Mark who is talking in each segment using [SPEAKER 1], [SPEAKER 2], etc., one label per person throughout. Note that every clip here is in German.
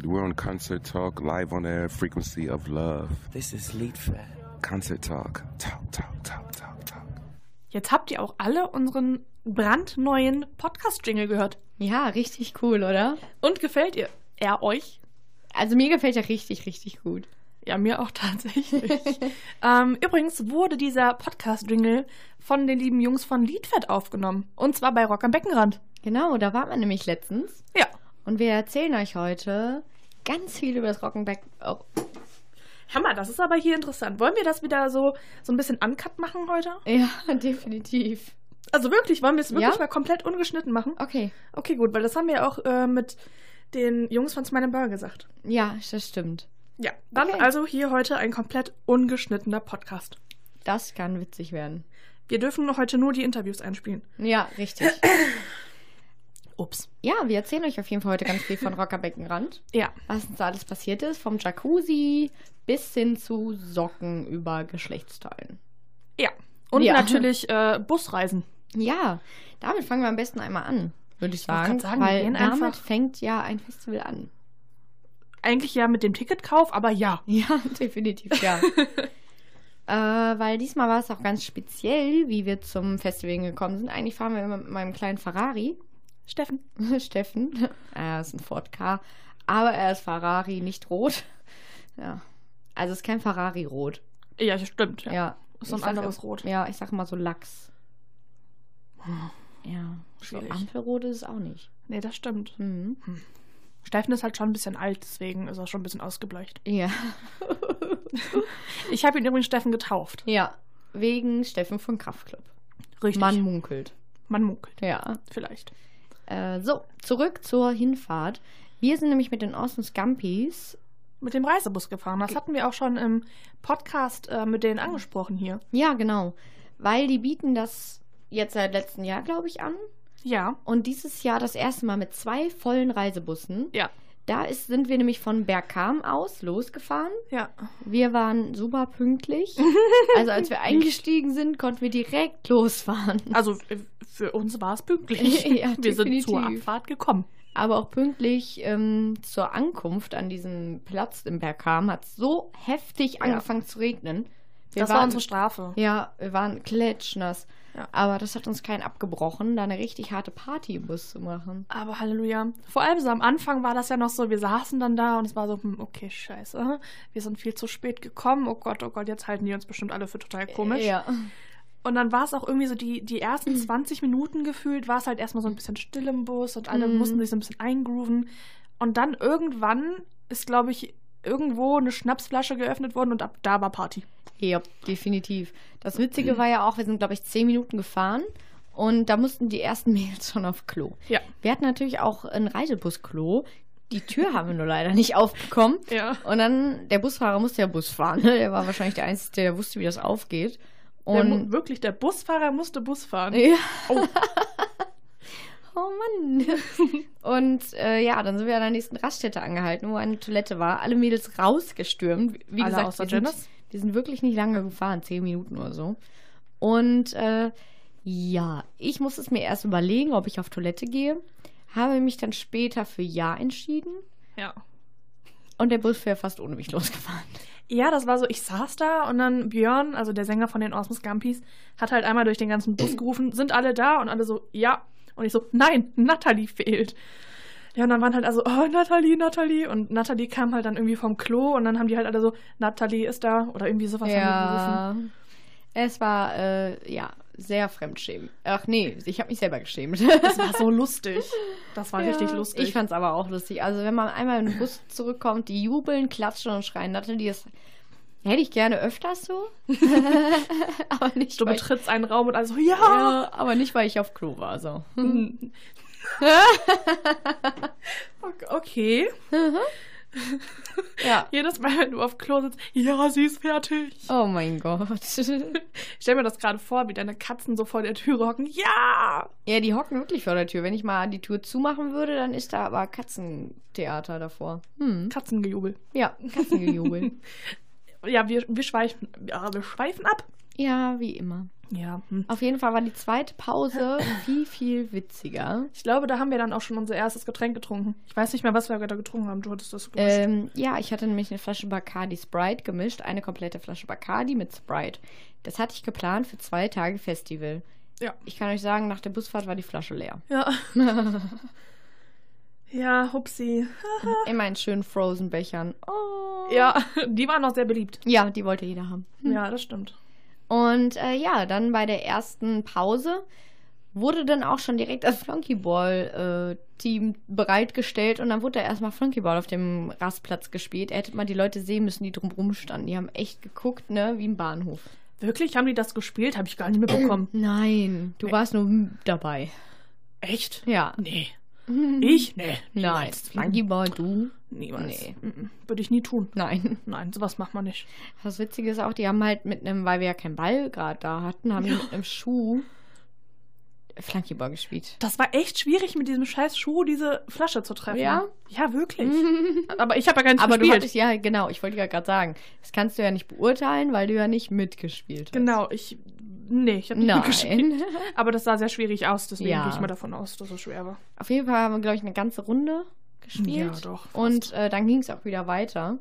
[SPEAKER 1] We're on Concert Talk, live on air, frequency of love.
[SPEAKER 2] This is Lead Fat.
[SPEAKER 1] Concert Talk. Talk, talk, talk, talk, talk.
[SPEAKER 3] Jetzt habt ihr auch alle unseren brandneuen Podcast-Jingle gehört.
[SPEAKER 4] Ja, richtig cool, oder?
[SPEAKER 3] Und gefällt ihr er euch?
[SPEAKER 4] Also mir gefällt er richtig, richtig gut.
[SPEAKER 3] Ja, mir auch tatsächlich. ähm, übrigens wurde dieser Podcast-Jingle von den lieben Jungs von Liedfett aufgenommen. Und zwar bei Rock am Beckenrand.
[SPEAKER 4] Genau, da waren wir nämlich letztens.
[SPEAKER 3] Ja.
[SPEAKER 4] Und wir erzählen euch heute ganz viel über das Rockenbeck. Oh,
[SPEAKER 3] Hammer, das ist aber hier interessant. Wollen wir das wieder so, so ein bisschen uncut machen heute?
[SPEAKER 4] ja, definitiv.
[SPEAKER 3] Also wirklich, wollen wir es wirklich
[SPEAKER 4] Ja.
[SPEAKER 3] mal komplett ungeschnitten machen?
[SPEAKER 4] Okay.
[SPEAKER 3] Okay, gut, weil das haben wir ja auch äh, mit den Jungs von Smile and Burger gesagt.
[SPEAKER 4] Ja, das stimmt.
[SPEAKER 3] Ja, dann
[SPEAKER 4] Okay.
[SPEAKER 3] also hier heute ein komplett ungeschnittener Podcast.
[SPEAKER 4] Das kann witzig werden.
[SPEAKER 3] Wir dürfen heute nur die Interviews einspielen.
[SPEAKER 4] Ja, richtig.
[SPEAKER 3] Ups.
[SPEAKER 4] Ja, wir erzählen euch auf jeden Fall heute ganz viel von Rockerbeckenrand.
[SPEAKER 3] Ja,
[SPEAKER 4] Was uns da alles passiert ist, vom Jacuzzi bis hin zu Socken über Geschlechtsteilen.
[SPEAKER 3] ja. Und
[SPEAKER 4] Ja.
[SPEAKER 3] natürlich äh, Busreisen.
[SPEAKER 4] Ja, damit fangen wir am besten einmal an, würde ich
[SPEAKER 3] wollte
[SPEAKER 4] sagen.
[SPEAKER 3] grad sagen, wir
[SPEAKER 4] weil
[SPEAKER 3] gehen
[SPEAKER 4] damit
[SPEAKER 3] einfach-
[SPEAKER 4] fängt ja ein Festival an.
[SPEAKER 3] Eigentlich ja mit dem Ticketkauf, aber ja.
[SPEAKER 4] Ja, definitiv, ja. äh, weil diesmal war es auch ganz speziell, wie wir zum Festival gekommen sind. Eigentlich fahren wir immer mit meinem kleinen Ferrari,
[SPEAKER 3] Steffen.
[SPEAKER 4] Steffen. Er ist ein Ford K, aber er ist Ferrari, nicht rot. Ja. Also es ist kein Ferrari rot.
[SPEAKER 3] Ja, stimmt.
[SPEAKER 4] Ja.
[SPEAKER 3] Ja. Ist so ein
[SPEAKER 4] Ich sag-
[SPEAKER 3] anderes Rot. Hm,
[SPEAKER 4] Ja, ich sag mal so Lachs. Ja. So
[SPEAKER 3] Schwierig.
[SPEAKER 4] Ampelrot ist es auch nicht.
[SPEAKER 3] Nee, das stimmt.
[SPEAKER 4] Mhm.
[SPEAKER 3] Steffen ist halt schon ein bisschen alt, deswegen ist er schon ein bisschen ausgebleicht.
[SPEAKER 4] Ja.
[SPEAKER 3] Ich habe ihn übrigens Steffen getauft.
[SPEAKER 4] Ja. Wegen Steffen von Kraftclub.
[SPEAKER 3] Richtig.
[SPEAKER 4] Man munkelt.
[SPEAKER 3] Man munkelt.
[SPEAKER 4] Ja.
[SPEAKER 3] Vielleicht.
[SPEAKER 4] Äh, so, zurück zur Hinfahrt. Wir sind nämlich mit den Austin Scumpies.
[SPEAKER 3] Mit dem Reisebus gefahren. Das hatten wir auch schon im Podcast äh, mit denen angesprochen hier.
[SPEAKER 4] Ja, genau. Weil die bieten das jetzt seit letztem Jahr, glaube ich, an.
[SPEAKER 3] Ja.
[SPEAKER 4] Und dieses Jahr das erste Mal mit zwei vollen Reisebussen.
[SPEAKER 3] Ja.
[SPEAKER 4] Da ist, sind wir nämlich von Bergkam aus losgefahren.
[SPEAKER 3] Ja.
[SPEAKER 4] Wir waren super pünktlich. Also als wir eingestiegen sind, konnten wir direkt losfahren.
[SPEAKER 3] Also äh, für uns war es pünktlich.
[SPEAKER 4] Ja,
[SPEAKER 3] wir sind
[SPEAKER 4] definitiv.
[SPEAKER 3] zur Abfahrt gekommen.
[SPEAKER 4] Aber auch pünktlich ähm, zur Ankunft an diesem Platz im Bergkam hat es so heftig angefangen zu regnen. Wir
[SPEAKER 3] das war
[SPEAKER 4] waren-
[SPEAKER 3] unsere Strafe.
[SPEAKER 4] Ja, wir waren klatschnass.
[SPEAKER 3] Ja.
[SPEAKER 4] Aber das hat uns keinen abgebrochen, da eine richtig harte Party im Bus zu machen.
[SPEAKER 3] Aber Halleluja. Vor allem so am Anfang war das ja noch so, wir saßen dann da und es war so, hm, okay, scheiße. Wir sind viel zu spät gekommen. Oh Gott, oh Gott, jetzt halten die uns bestimmt alle für total komisch.
[SPEAKER 4] Ja. Mhm.
[SPEAKER 3] Und dann war es auch irgendwie so, die, die ersten 20 Minuten gefühlt, war es halt erstmal so ein bisschen still im Bus und alle
[SPEAKER 4] Mhm.
[SPEAKER 3] mussten sich so ein bisschen eingrooven. Und dann irgendwann ist, glaube ich, irgendwo eine Schnapsflasche geöffnet worden und ab da war Party.
[SPEAKER 4] Ja, definitiv. Das Witzige war ja auch, wir sind, glaube ich, zehn Minuten gefahren und da mussten die ersten Mädels schon auf Klo.
[SPEAKER 3] Ja.
[SPEAKER 4] Wir hatten natürlich auch ein Reisebus-Klo. Die Tür haben wir nur leider nicht aufbekommen.
[SPEAKER 3] Ja.
[SPEAKER 4] Und dann, der Busfahrer musste ja Bus fahren. Ne? Der war wahrscheinlich der Einzige, der wusste, wie das aufgeht.
[SPEAKER 3] Der, mu-
[SPEAKER 4] Und.
[SPEAKER 3] wirklich, der Busfahrer musste Bus fahren.
[SPEAKER 4] Ja.
[SPEAKER 3] Oh.
[SPEAKER 4] Oh Mann. Und äh, ja, dann sind wir an der nächsten Raststätte angehalten, wo eine Toilette war. Alle Mädels rausgestürmt. Wie
[SPEAKER 3] Alle
[SPEAKER 4] gesagt,
[SPEAKER 3] außer
[SPEAKER 4] wir sind,
[SPEAKER 3] Janice?
[SPEAKER 4] wir sind wirklich nicht lange gefahren, zehn Minuten oder so. Und äh, ja, ich musste es mir erst überlegen, ob ich auf Toilette gehe. Habe mich dann später für Ja entschieden.
[SPEAKER 3] Ja.
[SPEAKER 4] Und der Bus wäre fast ohne mich losgefahren.
[SPEAKER 3] Ja, das war so, ich saß da und dann Björn, also der Sänger von den Awesome Scampies, hat halt einmal durch den ganzen Bus gerufen, sind alle da? Und alle so, ja. Und ich so, nein, Natalie fehlt. Ja, und dann waren halt also, oh, Natalie, Natalie. Und Natalie kam halt dann irgendwie vom Klo und dann haben die halt alle so, Natalie ist da oder irgendwie sowas haben
[SPEAKER 4] ja. Es war, äh, ja, sehr fremdschämen. Ach nee, ich habe mich selber geschämt.
[SPEAKER 3] die gerufen. Das war so lustig. Das war
[SPEAKER 4] Ja,
[SPEAKER 3] richtig lustig.
[SPEAKER 4] Ich fand's aber auch lustig. Also, wenn man einmal in den Bus zurückkommt, die jubeln, klatschen und schreien, Natalie, das hätte ich gerne öfters so. aber nicht,
[SPEAKER 3] du
[SPEAKER 4] weil ich,
[SPEAKER 3] betrittst einen Raum und also, ja.
[SPEAKER 4] ja, aber nicht, weil ich auf Klo war. So.
[SPEAKER 3] Hm. okay.
[SPEAKER 4] Ja.
[SPEAKER 3] Jedes Mal, wenn du auf Klo sitzt, ja, sie ist fertig.
[SPEAKER 4] Oh mein Gott.
[SPEAKER 3] Ich stell mir das gerade vor, wie deine Katzen so vor der Tür hocken. Ja!
[SPEAKER 4] ja, die hocken wirklich vor der Tür. Wenn ich mal die Tür zumachen würde, dann ist da aber Katzentheater davor. Hm.
[SPEAKER 3] Katzengejubel.
[SPEAKER 4] Ja, Katzengejubel.
[SPEAKER 3] Ja, wir, wir schweifen. Ja, wir schweifen ab.
[SPEAKER 4] Ja, wie immer.
[SPEAKER 3] Ja. Hm.
[SPEAKER 4] Auf jeden Fall war die zweite Pause viel, viel witziger.
[SPEAKER 3] Ich glaube, da haben wir dann auch schon unser erstes Getränk getrunken. Ich weiß nicht mehr, was wir da getrunken haben. Du hattest das gemischt.
[SPEAKER 4] Ähm, ja, ich hatte nämlich eine Flasche Bacardi Sprite gemischt, eine komplette Flasche Bacardi mit Sprite. Das hatte ich geplant für zwei Tage Festival.
[SPEAKER 3] Ja.
[SPEAKER 4] Ich kann euch sagen, nach der Busfahrt war die Flasche leer.
[SPEAKER 3] Ja. ja, hupsi.
[SPEAKER 4] Immer in schönen Frozen-Bechern. Oh.
[SPEAKER 3] Ja, die waren noch sehr beliebt.
[SPEAKER 4] ja, die wollte jeder haben.
[SPEAKER 3] Ja, das stimmt.
[SPEAKER 4] Und äh, ja, dann bei der ersten Pause wurde dann auch schon direkt das Flunkyball-Team bereitgestellt und dann wurde da erstmal Flunkyball auf dem Rastplatz gespielt. Er hätte mal die Leute sehen müssen, die drumrum standen. Die haben echt geguckt, ne, wie im Bahnhof.
[SPEAKER 3] Wirklich? Haben die das gespielt? Habe ich gar nicht mitbekommen.
[SPEAKER 4] Nein, du warst nur m- dabei.
[SPEAKER 3] Echt?
[SPEAKER 4] Ja. Hm.
[SPEAKER 3] Nee. Ich? Nee.
[SPEAKER 4] Nein,
[SPEAKER 3] niemals.
[SPEAKER 4] Flunkyball, du?
[SPEAKER 3] Niemals.
[SPEAKER 4] Nee.
[SPEAKER 3] Mhm. Würde ich nie tun.
[SPEAKER 4] Nein.
[SPEAKER 3] Nein, sowas macht man nicht.
[SPEAKER 4] Das Witzige ist auch, die haben halt mit einem, weil wir ja keinen Ball gerade da hatten, haben die
[SPEAKER 3] Ja.
[SPEAKER 4] mit einem Schuh Flunkyball gespielt.
[SPEAKER 3] Das war echt schwierig, mit diesem scheiß Schuh diese Flasche zu treffen.
[SPEAKER 4] Ja? Mhm.
[SPEAKER 3] Ja, wirklich. Aber ich habe ja gar nicht
[SPEAKER 4] Aber du
[SPEAKER 3] gespielt.
[SPEAKER 4] hattest ja, genau, ich wollte ja gerade sagen, das kannst du ja nicht beurteilen, weil du ja nicht mitgespielt hast.
[SPEAKER 3] genau, ich. Nee, ich habe nicht gespielt.
[SPEAKER 4] Nein.
[SPEAKER 3] Aber das sah sehr schwierig aus, deswegen
[SPEAKER 4] Ja.
[SPEAKER 3] gehe ich mal davon aus, dass es schwer war.
[SPEAKER 4] Auf jeden Fall haben wir, glaube ich, eine ganze Runde gespielt.
[SPEAKER 3] Ja, doch, fast.
[SPEAKER 4] Und äh, dann ging es auch wieder weiter.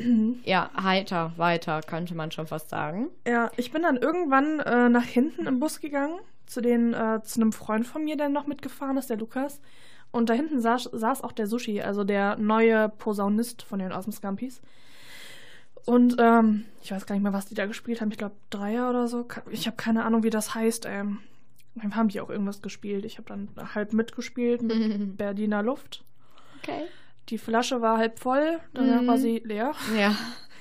[SPEAKER 3] Mhm.
[SPEAKER 4] ja, heiter, weiter, könnte man schon fast sagen.
[SPEAKER 3] Ja, ich bin dann irgendwann äh, nach hinten im Bus gegangen, zu den, äh, zu einem Freund von mir, der noch mitgefahren ist, der Lukas. Und da hinten saß, saß auch der Sushi, also der neue Posaunist von den Awesome Scampies. Und ähm, ich weiß gar nicht mehr, was die da gespielt haben. Ich glaube, Dreier oder so. Ke- Ich habe keine Ahnung, wie das heißt. Ähm, dann haben die auch irgendwas gespielt. Ich habe dann halb mitgespielt mit
[SPEAKER 4] okay.
[SPEAKER 3] Berliner Luft. Die Flasche war halb voll, danach
[SPEAKER 4] Mhm.
[SPEAKER 3] war sie leer
[SPEAKER 4] Ja,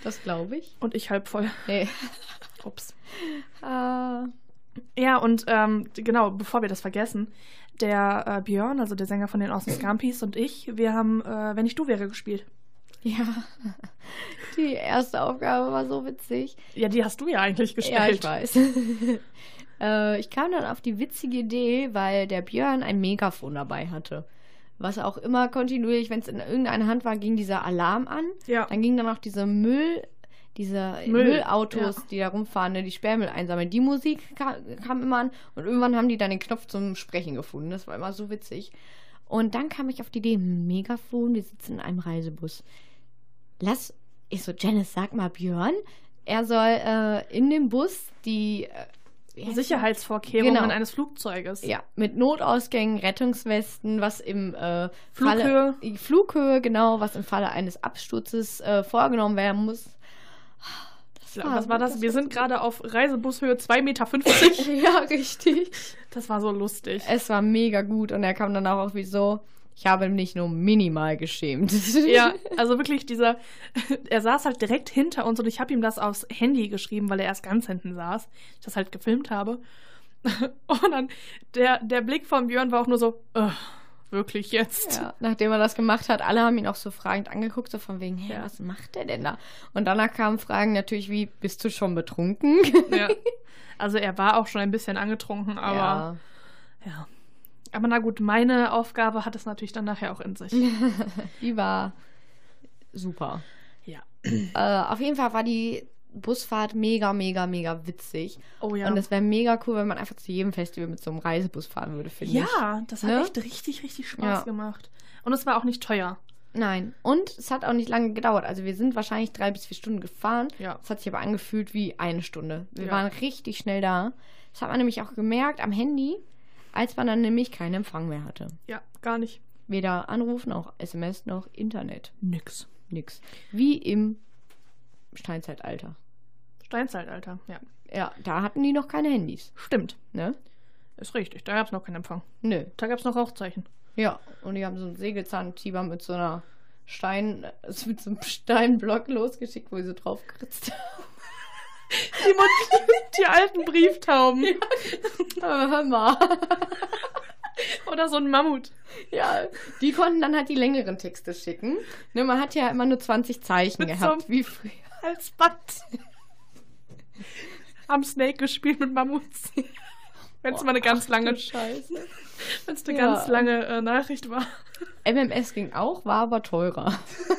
[SPEAKER 4] das glaube ich.
[SPEAKER 3] und ich halb voll.
[SPEAKER 4] Nee.
[SPEAKER 3] Ups.
[SPEAKER 4] Äh,
[SPEAKER 3] Ja, und ähm, genau, bevor wir das vergessen, der äh, Björn, also der Sänger von den Awesome Scampies und ich, wir haben äh, Wenn ich du wäre gespielt.
[SPEAKER 4] ja. Die erste Aufgabe war so witzig.
[SPEAKER 3] Ja, die hast du ja eigentlich gestellt.
[SPEAKER 4] Ja, ich weiß. äh, ich kam dann auf die witzige Idee, weil der Björn ein Megafon dabei hatte. Was auch immer kontinuierlich, wenn es in irgendeiner Hand war, ging dieser Alarm an.
[SPEAKER 3] Ja.
[SPEAKER 4] Dann ging dann auch diese Müll, diese
[SPEAKER 3] Müll,
[SPEAKER 4] Müllautos,
[SPEAKER 3] ja.
[SPEAKER 4] die da rumfahren, ne, die Sperrmüll einsammeln. Die Musik kam, kam immer an und irgendwann haben die dann den Knopf zum Sprechen gefunden. Das war immer so witzig. Und dann kam ich auf die Idee, Megafon, wir sitzen in einem Reisebus. Lass, ich so, Janice, sag mal Björn, er soll äh, in dem Bus die äh, wie heißt
[SPEAKER 3] Sicherheitsvorkehrungen
[SPEAKER 4] Genau.
[SPEAKER 3] eines Flugzeuges.
[SPEAKER 4] ja, mit Notausgängen, Rettungswesten, was im äh,
[SPEAKER 3] Flughöhe.
[SPEAKER 4] Falle, Flughöhe, genau, was im Falle eines Absturzes äh, vorgenommen werden muss.
[SPEAKER 3] Ich glaub, was war das? Wir sind gerade auf Reisebushöhe 2,50 Meter.
[SPEAKER 4] ja, richtig.
[SPEAKER 3] Das war so lustig.
[SPEAKER 4] Es war mega gut und er kam danach auch wie so, ich habe mich nur minimal geschämt.
[SPEAKER 3] Ja, also wirklich dieser, er saß halt direkt hinter uns und ich habe ihm das aufs Handy geschrieben, weil er erst ganz hinten saß, ich das halt gefilmt habe. Und dann, der, der Blick von Björn war auch nur so, "Ugh, wirklich jetzt?
[SPEAKER 4] Ja, nachdem er das gemacht hat, alle haben ihn auch so fragend angeguckt, so von wegen, hey,
[SPEAKER 3] Ja.
[SPEAKER 4] was macht der denn da? Und danach kamen Fragen natürlich wie, bist du schon betrunken?
[SPEAKER 3] Ja. Also er war auch schon ein bisschen angetrunken, aber ja. Aber na gut, meine Aufgabe hat es natürlich dann nachher auch in sich.
[SPEAKER 4] ja, die war super.
[SPEAKER 3] Ja.
[SPEAKER 4] Äh, auf jeden Fall war die Busfahrt mega, mega, mega witzig.
[SPEAKER 3] Oh ja.
[SPEAKER 4] Und es wäre mega cool, wenn man einfach zu jedem Festival mit so einem Reisebus fahren würde, finde ich.
[SPEAKER 3] ja, das hat
[SPEAKER 4] Ne?
[SPEAKER 3] echt richtig, richtig Spaß
[SPEAKER 4] Ja.
[SPEAKER 3] gemacht. Und es war auch nicht teuer.
[SPEAKER 4] Nein. Und es hat auch nicht lange gedauert. Also wir sind wahrscheinlich drei bis vier Stunden gefahren.
[SPEAKER 3] Ja.
[SPEAKER 4] Es hat sich aber angefühlt wie eine Stunde. Wir
[SPEAKER 3] Ja.
[SPEAKER 4] waren richtig schnell da. Das hat man nämlich auch gemerkt am Handy, als man dann nämlich keinen Empfang mehr hatte.
[SPEAKER 3] Ja, gar nicht.
[SPEAKER 4] Weder Anruf noch SMS noch Internet.
[SPEAKER 3] Nix.
[SPEAKER 4] Nix. Wie im Steinzeitalter.
[SPEAKER 3] Steinzeitalter, ja.
[SPEAKER 4] Ja, da hatten die noch keine Handys,
[SPEAKER 3] Stimmt.
[SPEAKER 4] ne?
[SPEAKER 3] Ist richtig, da gab es noch keinen Empfang.
[SPEAKER 4] Nö.
[SPEAKER 3] Da gab es noch Rauchzeichen.
[SPEAKER 4] Ja, und die haben so einen Sägezahntiger mit so einer Stein, es mit so einem Steinblock losgeschickt, wo sie so draufkritzt.
[SPEAKER 3] Die, Mut- die alten Brieftauben.
[SPEAKER 4] Aber hör mal.
[SPEAKER 3] Oder so ein Mammut.
[SPEAKER 4] Ja, die konnten dann halt die längeren Texte schicken. Ne, man hat ja immer nur 20 Zeichen
[SPEAKER 3] Mit so
[SPEAKER 4] gehabt,
[SPEAKER 3] einem-
[SPEAKER 4] wie früher.
[SPEAKER 3] Als Band. Haben Snake gespielt mit Mammuts. Wenn es mal eine ganz lange,
[SPEAKER 4] Du Scheiße.
[SPEAKER 3] wenn's eine
[SPEAKER 4] ja.
[SPEAKER 3] ganz lange äh, Nachricht war.
[SPEAKER 4] MMS ging auch, war aber teurer.
[SPEAKER 3] Oh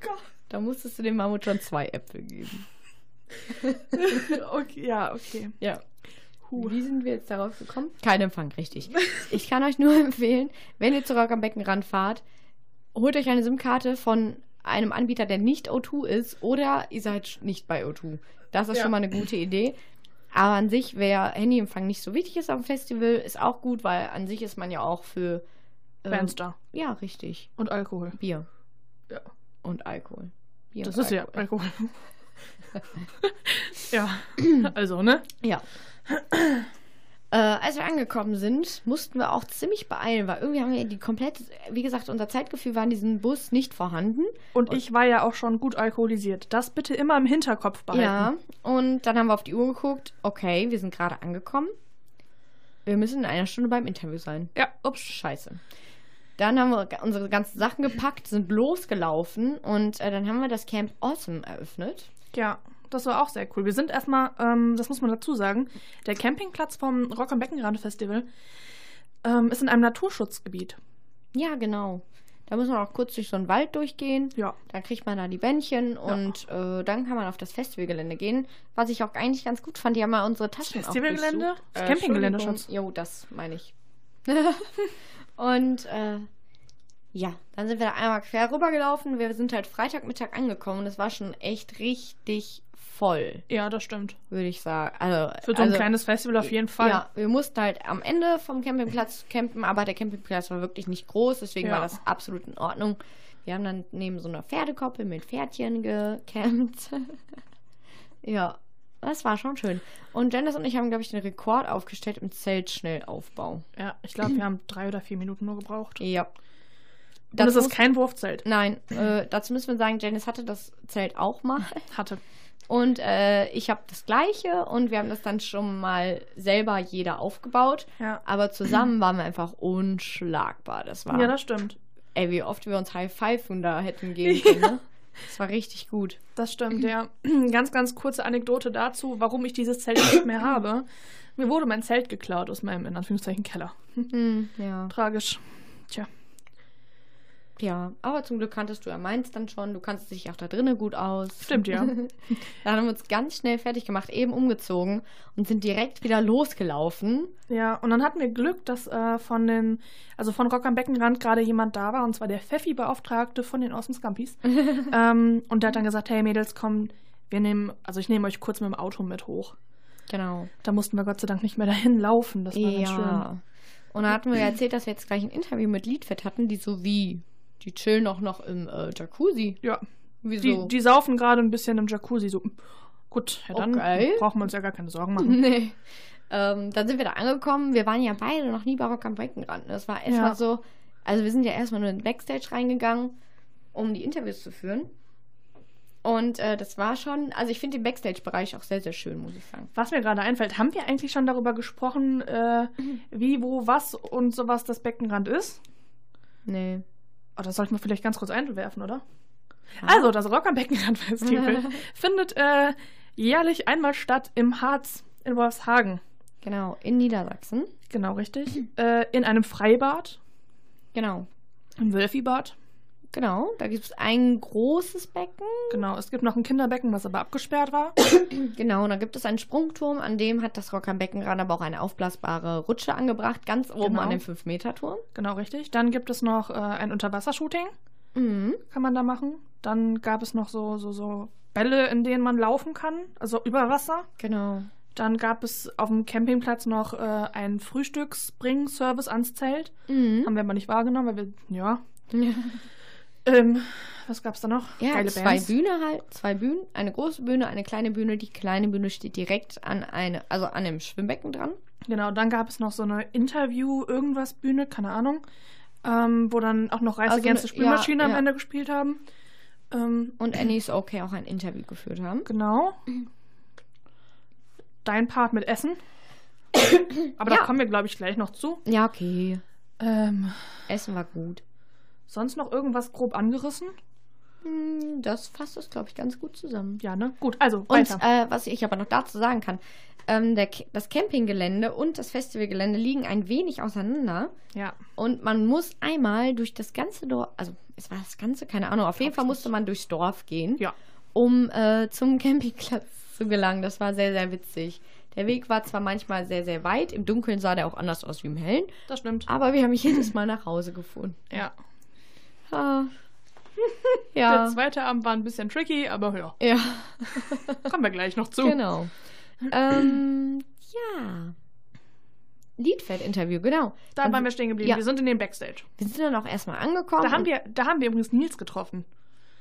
[SPEAKER 3] Gott.
[SPEAKER 4] Da Da musstest du dem Mammut schon zwei Äpfel geben.
[SPEAKER 3] okay, ja, okay.
[SPEAKER 4] Ja.
[SPEAKER 3] Huh.
[SPEAKER 4] Wie sind wir jetzt darauf gekommen? Kein Empfang, richtig. Ich kann euch nur empfehlen, wenn ihr zurück am Beckenrand fahrt, holt euch eine SIM-Karte von einem Anbieter, der nicht O2 ist, oder ihr seid nicht bei O2. Das ist
[SPEAKER 3] Ja.
[SPEAKER 4] schon mal eine gute Idee. Aber an sich, wer Handyempfang nicht so wichtig ist am Festival, ist auch gut, weil an sich ist man ja auch für. ähm,
[SPEAKER 3] Fenster
[SPEAKER 4] Ja, richtig.
[SPEAKER 3] und Alkohol.
[SPEAKER 4] Bier.
[SPEAKER 3] Ja.
[SPEAKER 4] Und Alkohol. Bier
[SPEAKER 3] Das
[SPEAKER 4] und
[SPEAKER 3] ist ja
[SPEAKER 4] Alkohol.
[SPEAKER 3] Alkohol. ja, also, ne?
[SPEAKER 4] Ja. Äh, als wir angekommen sind, mussten wir auch ziemlich beeilen, weil irgendwie haben wir die komplette, wie gesagt, unser Zeitgefühl war in diesem Bus nicht vorhanden.
[SPEAKER 3] Und ich war ja auch schon gut alkoholisiert. Das bitte immer im Hinterkopf behalten.
[SPEAKER 4] Ja. Und dann haben wir auf die Uhr geguckt, okay, wir sind gerade angekommen. Wir müssen in einer Stunde beim Interview sein.
[SPEAKER 3] Ja,
[SPEAKER 4] Ups, scheiße. Dann haben wir ga- unsere ganzen Sachen gepackt, sind losgelaufen und äh, dann haben wir das Camp Awesome eröffnet.
[SPEAKER 3] Ja, das war auch sehr cool. Wir sind erstmal, ähm, das muss man dazu sagen, der Campingplatz vom Rock am Beckenrand Festival ähm, ist in einem Naturschutzgebiet.
[SPEAKER 4] Ja, genau. Da muss man auch kurz durch so einen Wald durchgehen.
[SPEAKER 3] Ja.
[SPEAKER 4] Dann kriegt man da die Bändchen und äh, dann kann man auf das Festivalgelände gehen. Was ich auch eigentlich ganz gut fand, die haben mal unsere Taschen
[SPEAKER 3] Festivalgelände?
[SPEAKER 4] aufgesucht.
[SPEAKER 3] Das Campinggelände,
[SPEAKER 4] Entschuldigung. Jo, das meine ich. und äh, ja, dann sind wir da einmal quer rübergelaufen. Wir sind halt Freitagmittag angekommen und es war schon echt richtig voll,
[SPEAKER 3] Ja, das stimmt.
[SPEAKER 4] würde ich sagen. Also,
[SPEAKER 3] Für so
[SPEAKER 4] also,
[SPEAKER 3] ein kleines Festival auf jeden Fall.
[SPEAKER 4] Ja, wir mussten halt am Ende vom Campingplatz campen, aber der Campingplatz war wirklich nicht groß, deswegen
[SPEAKER 3] Ja.
[SPEAKER 4] war das absolut in Ordnung. Wir haben dann neben so einer Pferdekoppel mit Pferdchen gecampt. ja, das war schon schön. Und Janice und ich haben, glaube ich, den Rekord aufgestellt im Zeltschnellaufbau.
[SPEAKER 3] Ja, ich glaube, wir haben drei oder vier Minuten nur gebraucht.
[SPEAKER 4] Ja.
[SPEAKER 3] Und das ist
[SPEAKER 4] muss-
[SPEAKER 3] kein Wurfzelt.
[SPEAKER 4] Nein, äh, dazu müssen wir sagen, Janice hatte das Zelt auch mal.
[SPEAKER 3] Hatte.
[SPEAKER 4] Und äh, ich habe das gleiche und wir haben das dann schon mal selber jeder aufgebaut.
[SPEAKER 3] Ja.
[SPEAKER 4] Aber zusammen waren wir einfach unschlagbar. Das war,
[SPEAKER 3] Ja, das stimmt.
[SPEAKER 4] ey, wie oft wir uns High Five da hätten gehen können. Ne? Das war richtig gut.
[SPEAKER 3] Das stimmt, ja. Ganz, ganz kurze Anekdote dazu, warum ich dieses Zelt nicht mehr habe. Mir wurde mein Zelt geklaut aus meinem, in Anführungszeichen, Keller.
[SPEAKER 4] Hm, ja.
[SPEAKER 3] Tragisch. Tja.
[SPEAKER 4] ja, aber zum Glück kanntest du ja meins dann schon. Du kannst dich auch da drinnen gut aus.
[SPEAKER 3] Stimmt, ja.
[SPEAKER 4] Dann haben wir uns ganz schnell fertig gemacht, eben umgezogen und sind direkt wieder losgelaufen.
[SPEAKER 3] Ja, und dann hatten wir Glück, dass äh, von den, also von Rock am Beckenrand gerade jemand da war, und zwar der Pfeffi-Beauftragte von den Awesome Scumpies. ähm, und der hat dann gesagt, hey Mädels, komm, wir nehmen, also ich nehme euch kurz mit dem Auto mit hoch.
[SPEAKER 4] Genau.
[SPEAKER 3] Da mussten wir Gott sei Dank nicht mehr dahin laufen, das war ganz schön.
[SPEAKER 4] Ja. Und da hatten wir ja erzählt, dass wir jetzt gleich ein Interview mit Liedfett hatten, die so wie, die chillen auch noch im äh, Jacuzzi.
[SPEAKER 3] Ja,
[SPEAKER 4] Wieso?
[SPEAKER 3] die, die saufen gerade ein bisschen im Jacuzzi, so, gut, ja dann
[SPEAKER 4] Okay.
[SPEAKER 3] brauchen wir uns ja gar keine Sorgen machen.
[SPEAKER 4] Nee. Ähm, dann sind wir da angekommen. Wir waren ja beide noch nie bei Rock am Beckenrand. ne? Das war erstmal
[SPEAKER 3] Ja.
[SPEAKER 4] so, also wir sind ja erstmal nur in den Backstage reingegangen, um die Interviews zu führen. Und äh, das war schon, also ich finde den Backstage-Bereich auch sehr, sehr schön, muss ich sagen.
[SPEAKER 3] Was mir gerade einfällt, haben wir eigentlich schon darüber gesprochen, äh, wie, wo, was und sowas das Beckenrand ist?
[SPEAKER 4] Nee.
[SPEAKER 3] Oh, das sollten wir vielleicht ganz kurz einwerfen, oder? Also, das Rock am Beckenrand Festival findet äh, jährlich einmal statt im Harz in Wolfshagen.
[SPEAKER 4] Genau, in Niedersachsen.
[SPEAKER 3] Genau, richtig. äh, in einem Freibad,
[SPEAKER 4] Genau.
[SPEAKER 3] im Wölfibad.
[SPEAKER 4] Genau, da gibt es ein großes Becken.
[SPEAKER 3] Genau, es gibt noch ein Kinderbecken, was aber abgesperrt war.
[SPEAKER 4] Genau, und da gibt es einen Sprungturm, an dem hat das Rock am Beckenrand aber auch eine aufblasbare Rutsche angebracht, ganz oben
[SPEAKER 3] Genau.
[SPEAKER 4] an dem 5-Meter-Turm.
[SPEAKER 3] genau, richtig. Dann gibt es noch äh, ein Unterwassershooting,
[SPEAKER 4] Mhm.
[SPEAKER 3] kann man da machen. Dann gab es noch so, so, so Bälle, in denen man laufen kann, also über Wasser.
[SPEAKER 4] Genau.
[SPEAKER 3] Dann gab es auf dem Campingplatz noch äh, einen Frühstücksbring-Service ans Zelt.
[SPEAKER 4] Mhm.
[SPEAKER 3] Haben wir aber nicht wahrgenommen, weil wir, ja,
[SPEAKER 4] Ja.
[SPEAKER 3] Ähm, was gab's da noch?
[SPEAKER 4] Ja, zwei Bühne halt, zwei Bühnen, eine große Bühne, eine kleine Bühne. Die kleine Bühne steht direkt an eine, also an dem Schwimmbecken dran.
[SPEAKER 3] Genau, dann gab es noch so eine Interview-Irgendwas-Bühne, keine Ahnung, ähm, wo dann auch noch Reise
[SPEAKER 4] Also
[SPEAKER 3] Against
[SPEAKER 4] eine-
[SPEAKER 3] the Spülmaschine
[SPEAKER 4] ja,
[SPEAKER 3] am
[SPEAKER 4] ja.
[SPEAKER 3] Ende gespielt haben. Ähm,
[SPEAKER 4] Und Annie ist okay auch ein Interview geführt haben.
[SPEAKER 3] genau. Dein Part mit Essen. Aber
[SPEAKER 4] Ja.
[SPEAKER 3] da kommen wir, glaube ich, gleich noch zu.
[SPEAKER 4] Ja, okay.
[SPEAKER 3] Ähm,
[SPEAKER 4] Essen war gut.
[SPEAKER 3] sonst noch irgendwas grob angerissen?
[SPEAKER 4] Hm, Das fasst das, glaube ich, ganz gut zusammen.
[SPEAKER 3] Ja, ne? Gut, also
[SPEAKER 4] Und
[SPEAKER 3] weiter.
[SPEAKER 4] äh, was ich aber noch dazu sagen kann, ähm, der, Ca- das Campinggelände und das Festivalgelände liegen ein wenig auseinander.
[SPEAKER 3] ja.
[SPEAKER 4] Und man muss einmal durch das ganze Dorf, also es war das ganze, keine Ahnung, auf jeden
[SPEAKER 3] Glaub
[SPEAKER 4] Fall
[SPEAKER 3] ich
[SPEAKER 4] musste man durchs Dorf gehen,
[SPEAKER 3] Ja.
[SPEAKER 4] um äh, zum Campingplatz zu gelangen. Das war sehr, sehr witzig. Der Weg war zwar manchmal sehr, sehr weit, im Dunkeln sah der auch anders aus wie im Hellen,
[SPEAKER 3] Das stimmt.
[SPEAKER 4] aber wir haben jedes Mal nach Hause gefunden.
[SPEAKER 3] Ja.
[SPEAKER 4] Ah.
[SPEAKER 3] Der
[SPEAKER 4] Ja,
[SPEAKER 3] zweite Abend war ein bisschen tricky, aber ja,
[SPEAKER 4] ja,
[SPEAKER 3] kommen wir gleich noch zu.
[SPEAKER 4] genau. ähm, ja. Liedfeld-Interview, genau.
[SPEAKER 3] Da
[SPEAKER 4] Dann-
[SPEAKER 3] waren wir stehen geblieben.
[SPEAKER 4] Ja.
[SPEAKER 3] Wir sind in den Backstage.
[SPEAKER 4] Wir sind dann auch erstmal angekommen.
[SPEAKER 3] Da haben
[SPEAKER 4] und-
[SPEAKER 3] wir, da haben wir übrigens Nils getroffen.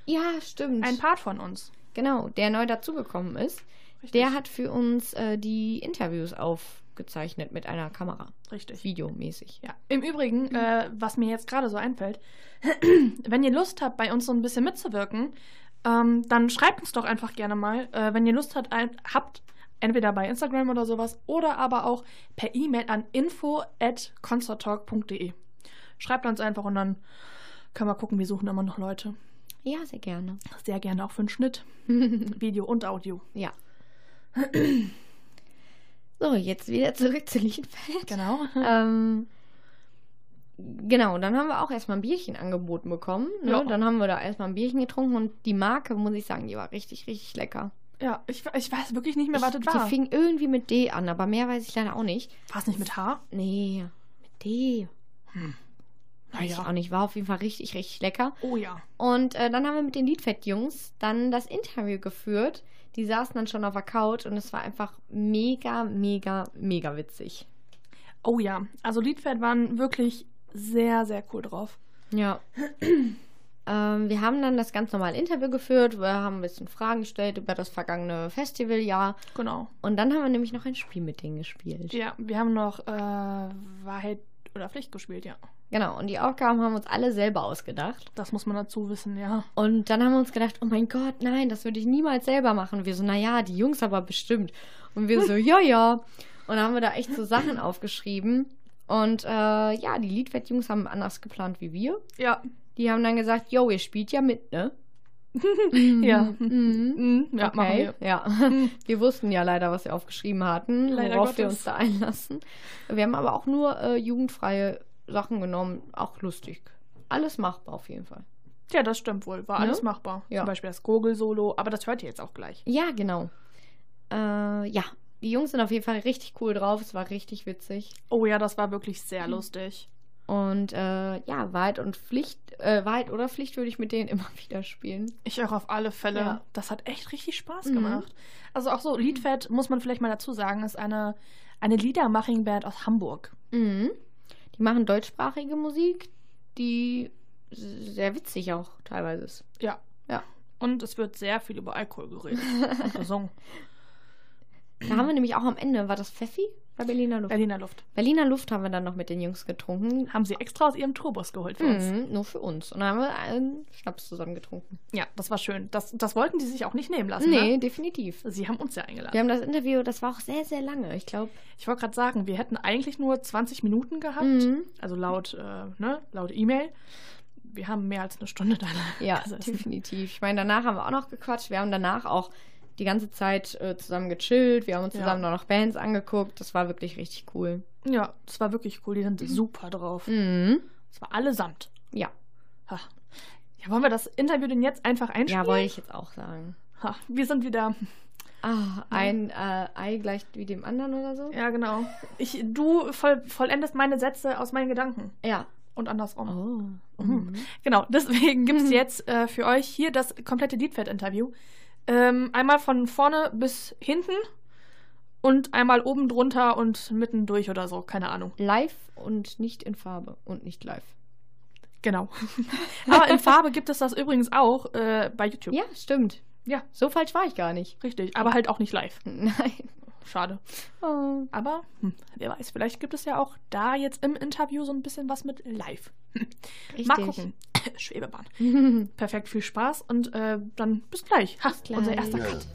[SPEAKER 4] Ja, stimmt.
[SPEAKER 3] Ein Part von uns.
[SPEAKER 4] Genau, der neu dazugekommen ist.
[SPEAKER 3] Richtig.
[SPEAKER 4] Der hat für uns äh, die Interviews aufgezeichnet mit einer Kamera,
[SPEAKER 3] Richtig.
[SPEAKER 4] videomäßig.
[SPEAKER 3] Ja. Im
[SPEAKER 4] Mhm.
[SPEAKER 3] Übrigen, äh, was mir jetzt gerade so einfällt, wenn ihr Lust habt, bei uns so ein bisschen mitzuwirken, ähm, dann schreibt uns doch einfach gerne mal, äh, wenn ihr Lust habt, ein, habt, entweder bei Instagram oder sowas oder aber auch per E-Mail an info@concerttalk.de. Schreibt uns einfach und dann können wir gucken, wir suchen immer noch Leute.
[SPEAKER 4] Ja, sehr gerne.
[SPEAKER 3] Sehr gerne auch für den Schnitt, Video und Audio.
[SPEAKER 4] ja. so, jetzt wieder zurück zu Lichtenfeld.
[SPEAKER 3] Genau.
[SPEAKER 4] Ähm, genau, dann haben wir auch erstmal ein Bierchen angeboten bekommen. Ne?
[SPEAKER 3] Ja.
[SPEAKER 4] Dann haben wir da erstmal ein Bierchen getrunken und die Marke, muss ich sagen, die war richtig, richtig lecker.
[SPEAKER 3] Ja, ich, ich weiß wirklich nicht mehr, was das
[SPEAKER 4] ich,
[SPEAKER 3] war.
[SPEAKER 4] Die fing irgendwie mit D an, aber mehr weiß ich leider auch nicht.
[SPEAKER 3] War es nicht mit H?
[SPEAKER 4] Nee, mit D.
[SPEAKER 3] Hm.
[SPEAKER 4] Weiß ich auch nicht. War auf jeden Fall richtig, richtig lecker.
[SPEAKER 3] Oh ja.
[SPEAKER 4] Und äh, dann haben wir mit den Liedfett-Jungs dann das Interview geführt. Die saßen dann schon auf der Couch und es war einfach mega, mega, mega witzig.
[SPEAKER 3] Oh ja. Also Liedfeld waren wirklich sehr, sehr cool drauf.
[SPEAKER 4] Ja. ähm, wir haben dann das ganz normale Interview geführt. Wir haben ein bisschen Fragen gestellt über das vergangene Festivaljahr.
[SPEAKER 3] Genau.
[SPEAKER 4] Und dann haben wir nämlich noch ein Spiel mit denen gespielt.
[SPEAKER 3] Ja, wir haben noch äh, Wahrheit oder Pflicht gespielt, ja.
[SPEAKER 4] Genau. Und die Aufgaben haben uns alle selber ausgedacht.
[SPEAKER 3] Das muss man dazu wissen, ja.
[SPEAKER 4] Und dann haben wir uns gedacht, oh mein Gott, nein, das würde ich niemals selber machen. Wir so, naja, die Jungs aber bestimmt. Und wir so, ja, ja. Und dann haben wir da echt so Sachen aufgeschrieben. Und äh, ja, die Liedwett-Jungs haben anders geplant wie wir.
[SPEAKER 3] Ja.
[SPEAKER 4] Die haben dann gesagt, yo, ihr spielt ja mit, ne?
[SPEAKER 3] Ja.
[SPEAKER 4] Mhm.
[SPEAKER 3] Mhm, ja,
[SPEAKER 4] okay.
[SPEAKER 3] machen wir. Mhm.
[SPEAKER 4] Ja. Wir wussten ja leider, was wir aufgeschrieben hatten,
[SPEAKER 3] Leider
[SPEAKER 4] worauf wir
[SPEAKER 3] Gottes.
[SPEAKER 4] uns da einlassen. Wir haben aber auch nur äh, jugendfreie Sachen genommen, auch lustig. Alles machbar auf jeden Fall.
[SPEAKER 3] Ja, das stimmt wohl. War
[SPEAKER 4] Ne?
[SPEAKER 3] alles machbar.
[SPEAKER 4] Ja.
[SPEAKER 3] Zum Beispiel das Gurgel-Solo, aber das hört ihr jetzt auch gleich.
[SPEAKER 4] Ja, genau. Äh, ja, die Jungs sind auf jeden Fall richtig cool drauf. Es war richtig witzig.
[SPEAKER 3] Oh ja, das war wirklich sehr lustig.
[SPEAKER 4] Und äh, ja, Wahrheit und Pflicht, äh, Wahrheit oder Pflicht würde ich mit denen immer wieder spielen.
[SPEAKER 3] Ich auch auf alle Fälle.
[SPEAKER 4] Ja.
[SPEAKER 3] Das hat echt richtig Spaß
[SPEAKER 4] Mhm.
[SPEAKER 3] gemacht. Also auch so, Liedfeld, muss man vielleicht mal dazu sagen, ist eine, eine Liedermaching-Band aus Hamburg.
[SPEAKER 4] Mhm. Die machen deutschsprachige Musik, die sehr witzig auch teilweise ist.
[SPEAKER 3] Ja.
[SPEAKER 4] Ja.
[SPEAKER 3] Und es wird sehr viel über Alkohol geredet und gesungen.
[SPEAKER 4] Da haben wir nämlich auch am Ende, war das Pfeffi? Bei Berliner Luft.
[SPEAKER 3] Berliner Luft.
[SPEAKER 4] Berliner Luft haben wir dann noch mit den Jungs getrunken.
[SPEAKER 3] Haben sie extra aus ihrem Turbos geholt für uns.
[SPEAKER 4] Mhm, nur für uns. Und dann haben wir einen Schnaps zusammen getrunken.
[SPEAKER 3] Ja, das war schön. Das, das wollten die sich auch nicht nehmen lassen.
[SPEAKER 4] nee,
[SPEAKER 3] Ne?
[SPEAKER 4] definitiv.
[SPEAKER 3] Sie haben uns ja eingeladen.
[SPEAKER 4] Wir haben das Interview, das war auch sehr, sehr lange. Ich glaube,
[SPEAKER 3] Ich wollte gerade sagen, wir hätten eigentlich nur 20 Minuten gehabt.
[SPEAKER 4] Mhm.
[SPEAKER 3] Also laut äh, ne, laut E-Mail. wir haben mehr als eine Stunde da.
[SPEAKER 4] Ja,
[SPEAKER 3] gesessen.
[SPEAKER 4] Also definitiv. Ich meine, danach haben wir auch noch gequatscht. Wir haben danach auch die ganze Zeit äh, zusammen gechillt. Wir haben uns
[SPEAKER 3] Ja.
[SPEAKER 4] zusammen noch Bands angeguckt. Das war wirklich richtig cool.
[SPEAKER 3] Ja, das war wirklich cool. Die sind super drauf.
[SPEAKER 4] Mhm.
[SPEAKER 3] Das war allesamt.
[SPEAKER 4] Ja.
[SPEAKER 3] Ha. Ja, wollen wir das Interview denn jetzt einfach einspielen?
[SPEAKER 4] Ja, wollte ich jetzt auch sagen.
[SPEAKER 3] Ha, wir sind wieder.
[SPEAKER 4] Ah, ein äh, Ei gleich wie dem anderen oder so?
[SPEAKER 3] Ja, genau. Ich, du voll, vollendest meine Sätze aus meinen Gedanken
[SPEAKER 4] Ja.
[SPEAKER 3] und andersrum.
[SPEAKER 4] Oh.
[SPEAKER 3] Mhm.
[SPEAKER 4] Mhm.
[SPEAKER 3] Genau, deswegen gibt es
[SPEAKER 4] Mhm.
[SPEAKER 3] jetzt äh, für euch hier das komplette Liedfeld-Interview. Ähm, einmal von vorne bis hinten und einmal oben drunter und mitten durch oder so, keine Ahnung.
[SPEAKER 4] Live und nicht in Farbe und nicht live.
[SPEAKER 3] Genau. Aber in Farbe gibt es das übrigens auch äh, bei YouTube.
[SPEAKER 4] Ja, stimmt.
[SPEAKER 3] Ja.
[SPEAKER 4] So falsch war ich gar nicht.
[SPEAKER 3] Richtig, aber halt auch nicht live.
[SPEAKER 4] Nein.
[SPEAKER 3] Schade.
[SPEAKER 4] Oh.
[SPEAKER 3] Aber hm, wer weiß, vielleicht gibt es ja auch da jetzt im Interview so ein bisschen was mit live.
[SPEAKER 4] Richtig.
[SPEAKER 3] Mal gucken. Schwebebahn. Perfekt, viel Spaß und äh, dann bis gleich. Ha,
[SPEAKER 4] gleich.
[SPEAKER 3] Unser erster
[SPEAKER 1] Ja.
[SPEAKER 3] Cut.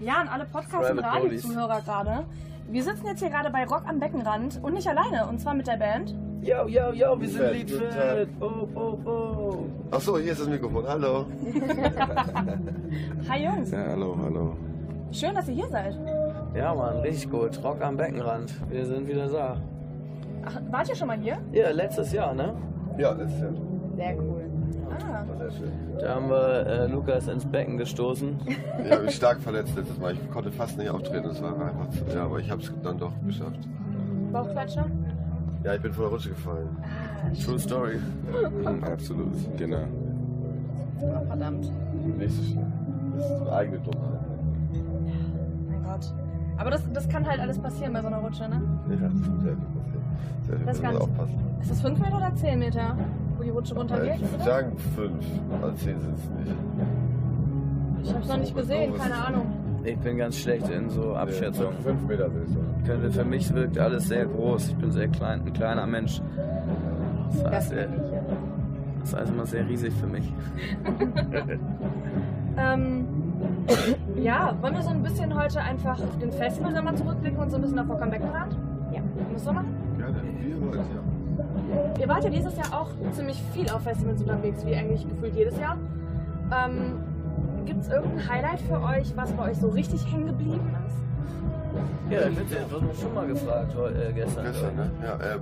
[SPEAKER 3] Ja, an alle Podcast- und
[SPEAKER 2] Private
[SPEAKER 3] Radiozuhörer gerade. Wir sitzen jetzt hier gerade bei Rock am Beckenrand und nicht alleine, und zwar mit der Band.
[SPEAKER 2] Yo, yo, yo, wir sind
[SPEAKER 5] Fett, guten Tag.
[SPEAKER 2] Liedfett. Oh, oh, oh.
[SPEAKER 5] Ach so, hier ist das Mikrofon. Hallo.
[SPEAKER 6] Hi Jungs,
[SPEAKER 1] Ja, hallo, hallo.
[SPEAKER 6] schön, dass ihr hier seid.
[SPEAKER 2] Ja, Mann, richtig gut. Rock am Beckenrand. Wir sind wieder da.
[SPEAKER 6] Ach, wart ihr schon mal hier?
[SPEAKER 2] Ja, letztes Jahr, ne?
[SPEAKER 5] Ja, das ist ja
[SPEAKER 4] Sehr cool.
[SPEAKER 6] Ah,
[SPEAKER 5] war sehr schön.
[SPEAKER 2] Da haben wir äh, Lukas ins Becken gestoßen.
[SPEAKER 5] Ich habe mich stark verletzt letztes Mal. Ich konnte fast nicht auftreten. Es war einfach zu. Ja, aber ich habe es dann doch geschafft.
[SPEAKER 6] Bauchklatscher?
[SPEAKER 5] Ja, ich bin von der Rutsche gefallen.
[SPEAKER 1] True story. Mhm, absolut, genau.
[SPEAKER 6] Verdammt,
[SPEAKER 5] Nicht so schlimm. Das ist eine eigene Dummheit.
[SPEAKER 6] mein Oh Gott. Aber das, das kann halt alles passieren bei so einer Rutsche, ne?
[SPEAKER 5] Ja, sehr gut. Sehr gut.
[SPEAKER 6] Das
[SPEAKER 5] muss man
[SPEAKER 6] Ganze.
[SPEAKER 5] aufpassen.
[SPEAKER 6] Ist das 5 Meter oder 10 Meter, wo die Rutsche
[SPEAKER 5] Ja,
[SPEAKER 6] runtergeht?
[SPEAKER 5] ich würde
[SPEAKER 2] Äh,
[SPEAKER 5] sagen fünf. An zehn sind es nicht.
[SPEAKER 6] Ich hab's noch nicht gesehen, keine Ahnung.
[SPEAKER 2] Ich bin ganz schlecht in so Abschätzungen.
[SPEAKER 5] Fünf Meter sind es. oder?
[SPEAKER 2] Für für mich wirkt alles sehr groß. Ich bin sehr klein, ein kleiner Mensch. Das war, sehr, das war also immer sehr riesig für mich.
[SPEAKER 6] Ähm, ja, wollen wir so ein bisschen heute einfach auf den Festival nochmal zurückblicken und so ein bisschen auf Rock am Beckenrand? Ja. Müssen wir machen?
[SPEAKER 5] Gerne. Wir wollen ja.
[SPEAKER 6] Ihr wart ja dieses Jahr auch ziemlich viel auf Festivals unterwegs, wie eigentlich gefühlt jedes Jahr. Ähm, Gibt es irgendein Highlight für euch, was bei euch so richtig hängen geblieben ist?
[SPEAKER 2] Ja, ich wurde mich schon mal gefragt äh, gestern.
[SPEAKER 5] Gestern, ne? Ja, ähm,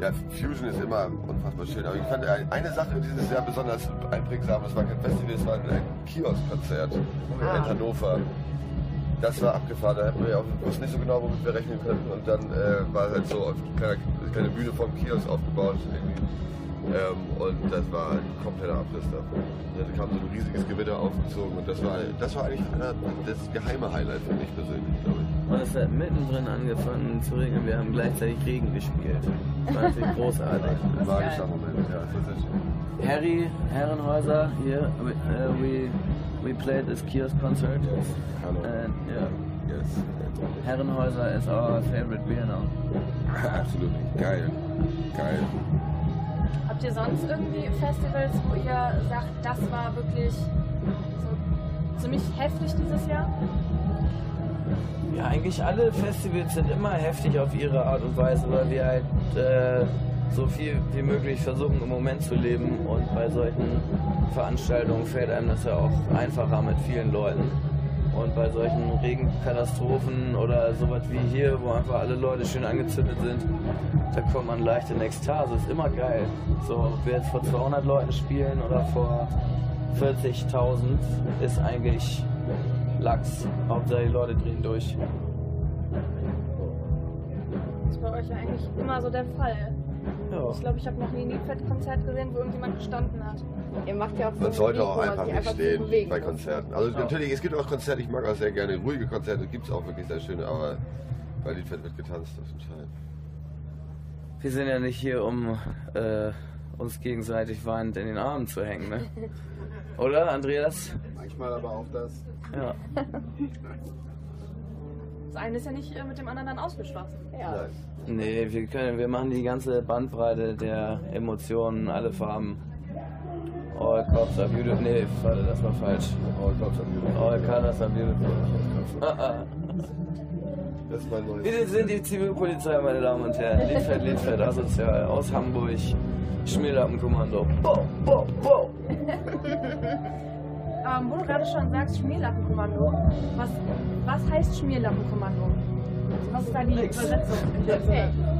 [SPEAKER 5] ja, Fusion ist immer unfassbar schön. Aber ich fand ein- eine Sache dieses Jahr besonders einprägsam. Es war kein Festival, es war ein äh, Kioskkonzert in Hannover. Das war abgefahren. Da hatten wir ja auch, wussten nicht so genau, womit wir rechnen können. Und dann äh, war halt so eine kleine, kleine Bühne vom Kiosk aufgebaut. Irgendwie. Ähm, und das war ein kompletter Abriss davon. Da kam so ein riesiges Gewitter aufgezogen. Und das war, das war eigentlich einer, das geheime Highlight für mich persönlich, glaube ich.
[SPEAKER 2] Und es hat mittendrin angefangen zu regnen. Wir haben gleichzeitig Regen gespielt. Das war natürlich großartig.
[SPEAKER 5] Ein magischer Moment. Ja, das war sehr schön.
[SPEAKER 2] Harry Herrenhäuser hier, we, äh, we, we played this kiosk concert.
[SPEAKER 1] Yes, hallo.
[SPEAKER 2] And, yeah,
[SPEAKER 1] Yes,
[SPEAKER 2] Herrenhäuser is our favorite beer now.
[SPEAKER 1] absolutely. Geil, geil.
[SPEAKER 6] Habt ihr sonst irgendwie Festivals, wo ihr sagt, das war wirklich so ziemlich heftig dieses Jahr?
[SPEAKER 2] Ja, eigentlich alle Festivals sind immer heftig auf ihre Art und Weise, weil wir halt äh, so viel wie möglich versuchen, im Moment zu leben. Und bei solchen Veranstaltungen fällt einem das ja auch einfacher mit vielen Leuten. Und bei solchen Regenkatastrophen oder sowas wie hier, wo einfach alle Leute schön angezündet sind, da kommt man leicht in Ekstase. Ist immer geil. So, ob wir jetzt vor 200 Leuten spielen oder vor 40.000, ist eigentlich Lachs. Hauptsache die Leute drehen durch.
[SPEAKER 6] Das ist bei euch ja eigentlich immer so der Fall.
[SPEAKER 2] Ja.
[SPEAKER 6] Ich glaube, ich habe noch nie ein Liedfett-Konzert gesehen, wo irgendjemand gestanden hat.
[SPEAKER 4] Ihr macht ja auch so
[SPEAKER 5] Man sollte
[SPEAKER 4] Musik,
[SPEAKER 5] auch
[SPEAKER 4] wo man
[SPEAKER 5] einfach
[SPEAKER 4] sich
[SPEAKER 5] nicht
[SPEAKER 4] zu
[SPEAKER 5] stehen
[SPEAKER 4] bewegen
[SPEAKER 5] bei
[SPEAKER 4] muss. ne? Genau.
[SPEAKER 5] Konzerten. Also
[SPEAKER 2] Ja.
[SPEAKER 5] natürlich, es gibt auch Konzerte, ich mag auch sehr gerne ruhige Konzerte, gibt es auch wirklich sehr schöne, aber bei Liedfeld wird getanzt halt- auf dem Schein.
[SPEAKER 2] Wir sind ja nicht hier, um äh, uns gegenseitig weinend in den Armen zu hängen, ne? Oder, Andreas?
[SPEAKER 5] Manchmal aber auch das.
[SPEAKER 2] Ja.
[SPEAKER 6] Das eine ist ja nicht äh, mit dem anderen dann ausgeschlossen.
[SPEAKER 4] Ja.
[SPEAKER 5] Nein.
[SPEAKER 2] Nee, wir können, wir machen die ganze Bandbreite der Emotionen, alle Farben. All cops are beautiful. Nee, warte, das war falsch.
[SPEAKER 5] All Cops are Beautiful.
[SPEAKER 2] All colors are beautiful. Ah, ah.
[SPEAKER 5] Das ist mein neues.
[SPEAKER 2] Wir sind die Zivilpolizei, meine Damen und Herren. Liedfeld, Liedfeld, asozial, aus Hamburg. Schmierlappenkommando. Bo, bo, bo.
[SPEAKER 6] Ähm, wo du gerade schon sagst, Schmierlappenkommando. Was, was heißt Schmierlappenkommando? Also Was ist da die
[SPEAKER 2] Nix.
[SPEAKER 6] Übersetzung?
[SPEAKER 2] Das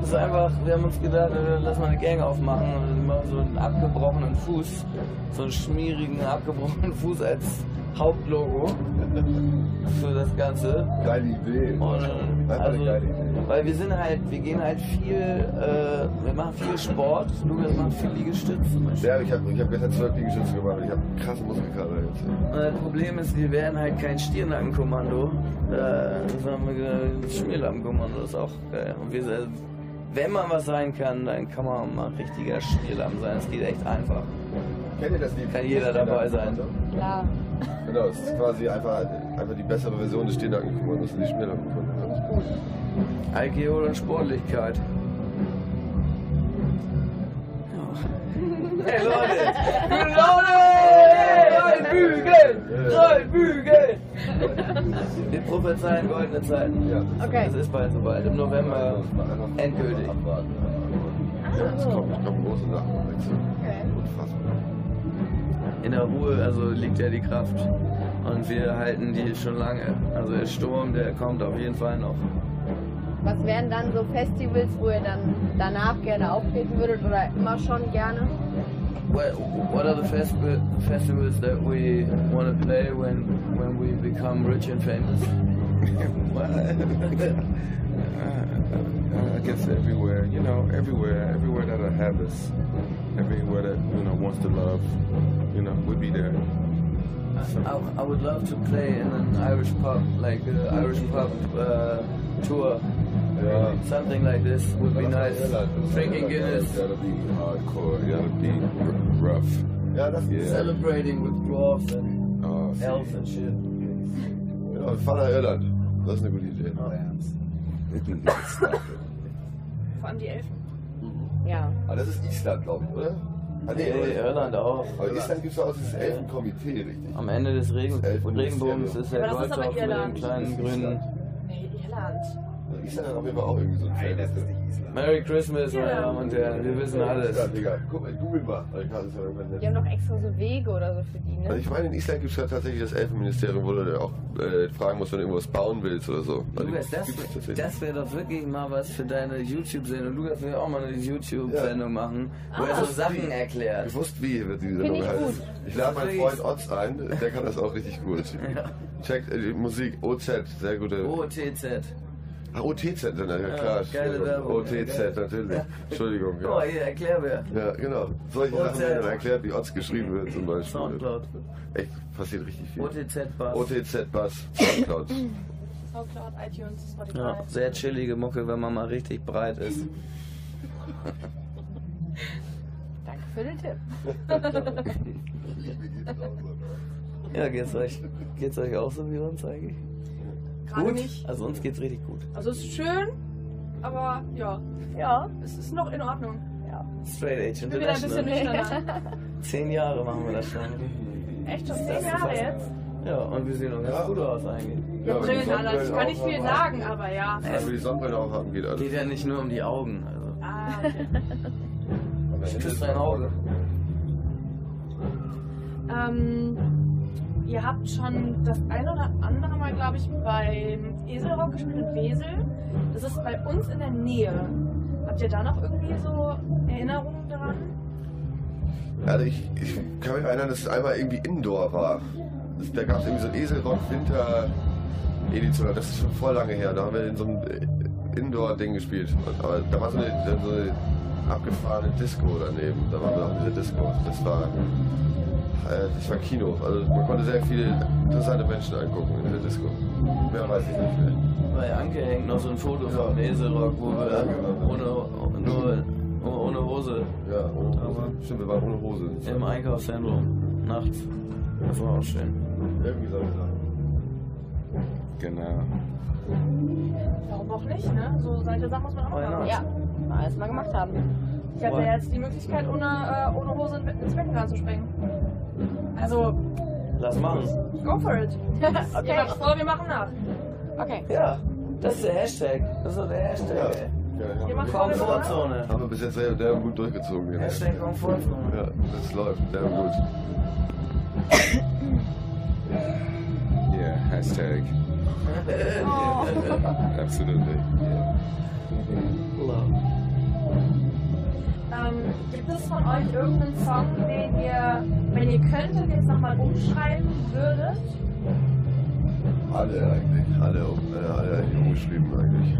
[SPEAKER 2] ist einfach, wir haben uns gedacht, äh, lass mal eine Gang aufmachen und machen so einen abgebrochenen Fuß, so einen schmierigen, abgebrochenen Fuß als Hauptlogo für das Ganze.
[SPEAKER 5] Geile Idee.
[SPEAKER 2] Und, äh,
[SPEAKER 5] Einfach
[SPEAKER 2] also,
[SPEAKER 5] eine geile Idee.
[SPEAKER 2] weil wir sind halt, wir gehen halt viel, äh, wir machen viel Sport. Lukas macht viel Liegestütz zum Beispiel.
[SPEAKER 5] Ja, ich habe ich hab gestern zwölf Liegestütze gemacht, ich habe krasse Muskelkater jetzt.
[SPEAKER 2] Und das Äh, Problem ist, wir wären halt kein Stirnlackenkommando. Äh, das haben wir gedacht, Schmierlappenkommando ist auch geil. Und wir, sind- wenn man was sein kann, dann kann man auch mal ein richtiger Schmierlappen sein. Es geht echt einfach.
[SPEAKER 5] Kennt ihr das Lied?
[SPEAKER 2] Kann jeder dabei sein.
[SPEAKER 4] Klar.
[SPEAKER 5] Genau, es ist quasi einfach, einfach die bessere Version des Stehnackenkommandos und die Schmierlackenkommandos.
[SPEAKER 2] Alkohol und Sportlichkeit. Ja. Hey Leute! Gute Laune! Drei Bügel! Drei Bügel! Wir prophezeien goldene Zeiten.
[SPEAKER 5] Ja.
[SPEAKER 4] Okay.
[SPEAKER 2] Es ist bald soweit. Im November
[SPEAKER 5] Einfach-
[SPEAKER 2] endgültig.
[SPEAKER 5] Abwarten. Ja, es kommen, es kommen große Sachen am Wechsel. Unfassbar.
[SPEAKER 2] In der Ruhe, also liegt ja die Kraft. Und wir halten die schon lange. Also der Sturm, der kommt auf jeden Fall noch.
[SPEAKER 4] Was wären dann so Festivals, wo ihr dann danach gerne auftreten würdet oder immer schon gerne?
[SPEAKER 2] What, what are the festi- festivals that we want to play when, when we become rich and famous?
[SPEAKER 1] Uh, I, I guess everywhere, you know, everywhere, everywhere that'll have us, everywhere that you know wants to love, you know, we'll be there.
[SPEAKER 2] I, I would love to play in an Irish pub, like uh, Irish pub uh, tour.
[SPEAKER 1] Yeah.
[SPEAKER 2] Something like this would be nice. Drinking Guinness,
[SPEAKER 1] That'll be hardcore. That'll be r- rough.
[SPEAKER 5] Ja, das
[SPEAKER 1] Yeah.
[SPEAKER 5] ist
[SPEAKER 2] celebrating with dwarves and
[SPEAKER 1] Oh,
[SPEAKER 2] elves and shit.
[SPEAKER 5] genau, Vater Irland. Das ist eine gute Idee.
[SPEAKER 3] Vor allem die Elfen.
[SPEAKER 7] Ja.
[SPEAKER 5] Aber Ah, das ist Island, glaube ich, oder? Ah, nee,
[SPEAKER 2] Hey,
[SPEAKER 5] oder?
[SPEAKER 2] Irland auch.
[SPEAKER 5] Aber Island gibt es ja auch dieses Elfenkomitee, richtig?
[SPEAKER 2] Am Ende des Regen
[SPEAKER 5] Elfen-
[SPEAKER 2] Regenbogens ist der
[SPEAKER 3] Aber das ist aber
[SPEAKER 2] Goldtopf mit dem
[SPEAKER 3] Irland.
[SPEAKER 2] kleinen grünen.
[SPEAKER 3] Nee, Irland.
[SPEAKER 5] Island hat auf jeden Fall auch irgendwie so ein Fan.
[SPEAKER 2] Merry Christmas, meine Damen und Herren, wir wissen alles.
[SPEAKER 5] Island, Digga. Guck mal, Google mal. Ich kann es ja irgendwann nicht.
[SPEAKER 4] Die haben doch extra so Wege oder so für die,
[SPEAKER 5] Also
[SPEAKER 4] ne?
[SPEAKER 5] ich meine, in Island gibt es ja tatsächlich das Elfenministerium, wo du dir auch äh, fragen musst, wenn du irgendwas bauen willst oder so. Also
[SPEAKER 2] Lukas, das,
[SPEAKER 5] gibt's tatsächlich.
[SPEAKER 2] das wäre doch wirklich mal was für deine YouTube-Sendung. Lukas will auch mal eine YouTube-Sendung machen,
[SPEAKER 3] Ah.
[SPEAKER 2] wo er so Sachen erklärt.
[SPEAKER 5] Bewusst wie wird diese
[SPEAKER 4] Finde
[SPEAKER 5] Sendung
[SPEAKER 4] ich
[SPEAKER 5] heißen. Ich lade meinen
[SPEAKER 2] Wirklich.
[SPEAKER 5] Freund Otz ein, der kann das auch richtig gut. Checkt äh, die Musik, OZ, sehr gute.
[SPEAKER 2] OTZ.
[SPEAKER 5] Ah, OTZ, na, ja
[SPEAKER 2] Ja,
[SPEAKER 5] klar.
[SPEAKER 2] geile Werbung.
[SPEAKER 5] OTZ, natürlich. Entschuldigung.
[SPEAKER 2] Guck mal
[SPEAKER 5] Ja.
[SPEAKER 2] Oh, hier, erklär wer.
[SPEAKER 5] ja, genau. Solche
[SPEAKER 2] OZ.
[SPEAKER 5] Sachen werden dann erklärt, wie Otz geschrieben wird zum Beispiel.
[SPEAKER 2] Soundcloud.
[SPEAKER 5] Echt, passiert richtig viel.
[SPEAKER 2] OTZ-Bass.
[SPEAKER 5] OTZ Bass, Soundcloud.
[SPEAKER 3] Soundcloud, iTunes, Spotify.
[SPEAKER 2] Ja, sehr chillige Mucke, wenn man mal richtig breit ist.
[SPEAKER 4] Danke für den Tipp.
[SPEAKER 2] Ja, geht's euch, geht's euch auch so wie uns eigentlich?
[SPEAKER 3] Gerade
[SPEAKER 2] Gut?
[SPEAKER 3] nicht.
[SPEAKER 2] Also uns geht's richtig gut.
[SPEAKER 3] Also es ist schön, aber ja,
[SPEAKER 4] Ja.
[SPEAKER 3] es ist noch in Ordnung.
[SPEAKER 2] Straight Edge
[SPEAKER 3] Ich bin wieder ein bisschen
[SPEAKER 2] International.
[SPEAKER 3] nüchterner.
[SPEAKER 2] Zehn Jahre machen wir das schon.
[SPEAKER 3] Echt schon
[SPEAKER 2] Das
[SPEAKER 3] zehn
[SPEAKER 2] ist
[SPEAKER 3] Jahre
[SPEAKER 2] fast-
[SPEAKER 3] jetzt?
[SPEAKER 2] Ja, und wir sehen doch ganz gut aus eigentlich.
[SPEAKER 5] Ja, aber die
[SPEAKER 3] Brillen, Alter. Ich kann nicht viel
[SPEAKER 5] Sonnenbrille
[SPEAKER 3] sagen, aber ja.
[SPEAKER 5] auch- Also die Sonnenbrille auch haben geht alles.
[SPEAKER 2] Geht ja nicht nur um die Augen. Also.
[SPEAKER 3] Ah, okay.
[SPEAKER 2] Ich küsse dein Auge.
[SPEAKER 3] ähm, ihr habt schon das ein oder andere Mal, glaube ich, beim Eselrock gespielt in Wesel. Das ist bei uns in der Nähe. Habt ihr da noch irgendwie so Erinnerungen daran?
[SPEAKER 5] Also ich, ich kann mich erinnern, dass es einmal irgendwie Indoor war. Das, da gab es irgendwie so ein Eselrock-Winter-Edition. Das ist schon voll lange her. Da haben wir in so einem äh, Indoor-Ding gespielt. Und, aber da war so eine, so eine abgefahrene Disco daneben. Da waren wir auch in dieser Disco. Das war, äh, das war Kino. Also man konnte sehr viele interessante Menschen angucken in der Disco. Mehr weiß ich nicht mehr.
[SPEAKER 2] Bei Anke hängt noch so ein Foto vom Eselrock, wo wir ohne, nur, ohne Hose
[SPEAKER 5] Ja, ohne Hose.
[SPEAKER 2] Aber-
[SPEAKER 5] Stimmt, wir waren ohne Hose.
[SPEAKER 2] im Einkaufszentrum nachts. Das war auch schön.
[SPEAKER 5] Irgendwie solche Sachen.
[SPEAKER 1] Genau.
[SPEAKER 3] Warum auch nicht, ne? So solche Sachen muss man auch
[SPEAKER 2] Why
[SPEAKER 3] mal
[SPEAKER 2] not?
[SPEAKER 3] machen.
[SPEAKER 4] Ja. Mal alles mal gemacht haben.
[SPEAKER 3] Ich hatte ja jetzt die Möglichkeit, ohne, äh, ohne Hose ins Becken zu springen. Also,
[SPEAKER 2] Lass machen.
[SPEAKER 3] go for it. Habt ihr was vor, wir machen nach.
[SPEAKER 4] Okay.
[SPEAKER 2] Ja, das ist der Hashtag. Das ist doch der Hashtag. ey.
[SPEAKER 5] Ja,
[SPEAKER 3] Wir
[SPEAKER 5] haben,
[SPEAKER 3] machen
[SPEAKER 5] wir,
[SPEAKER 2] Komfortzone.
[SPEAKER 5] haben wir bis jetzt sehr, sehr gut durchgezogen. den
[SPEAKER 2] Hashtag Komfortzone.
[SPEAKER 5] Ja, das läuft sehr gut.
[SPEAKER 1] Yeah. Hashtag. Absolutely. Yeah.
[SPEAKER 3] Ähm, gibt es von euch irgendeinen Song, den ihr, wenn ihr könntet, jetzt nochmal umschreiben würdet?
[SPEAKER 5] Alle eigentlich, alle, um- äh, alle eigentlich umgeschrieben eigentlich.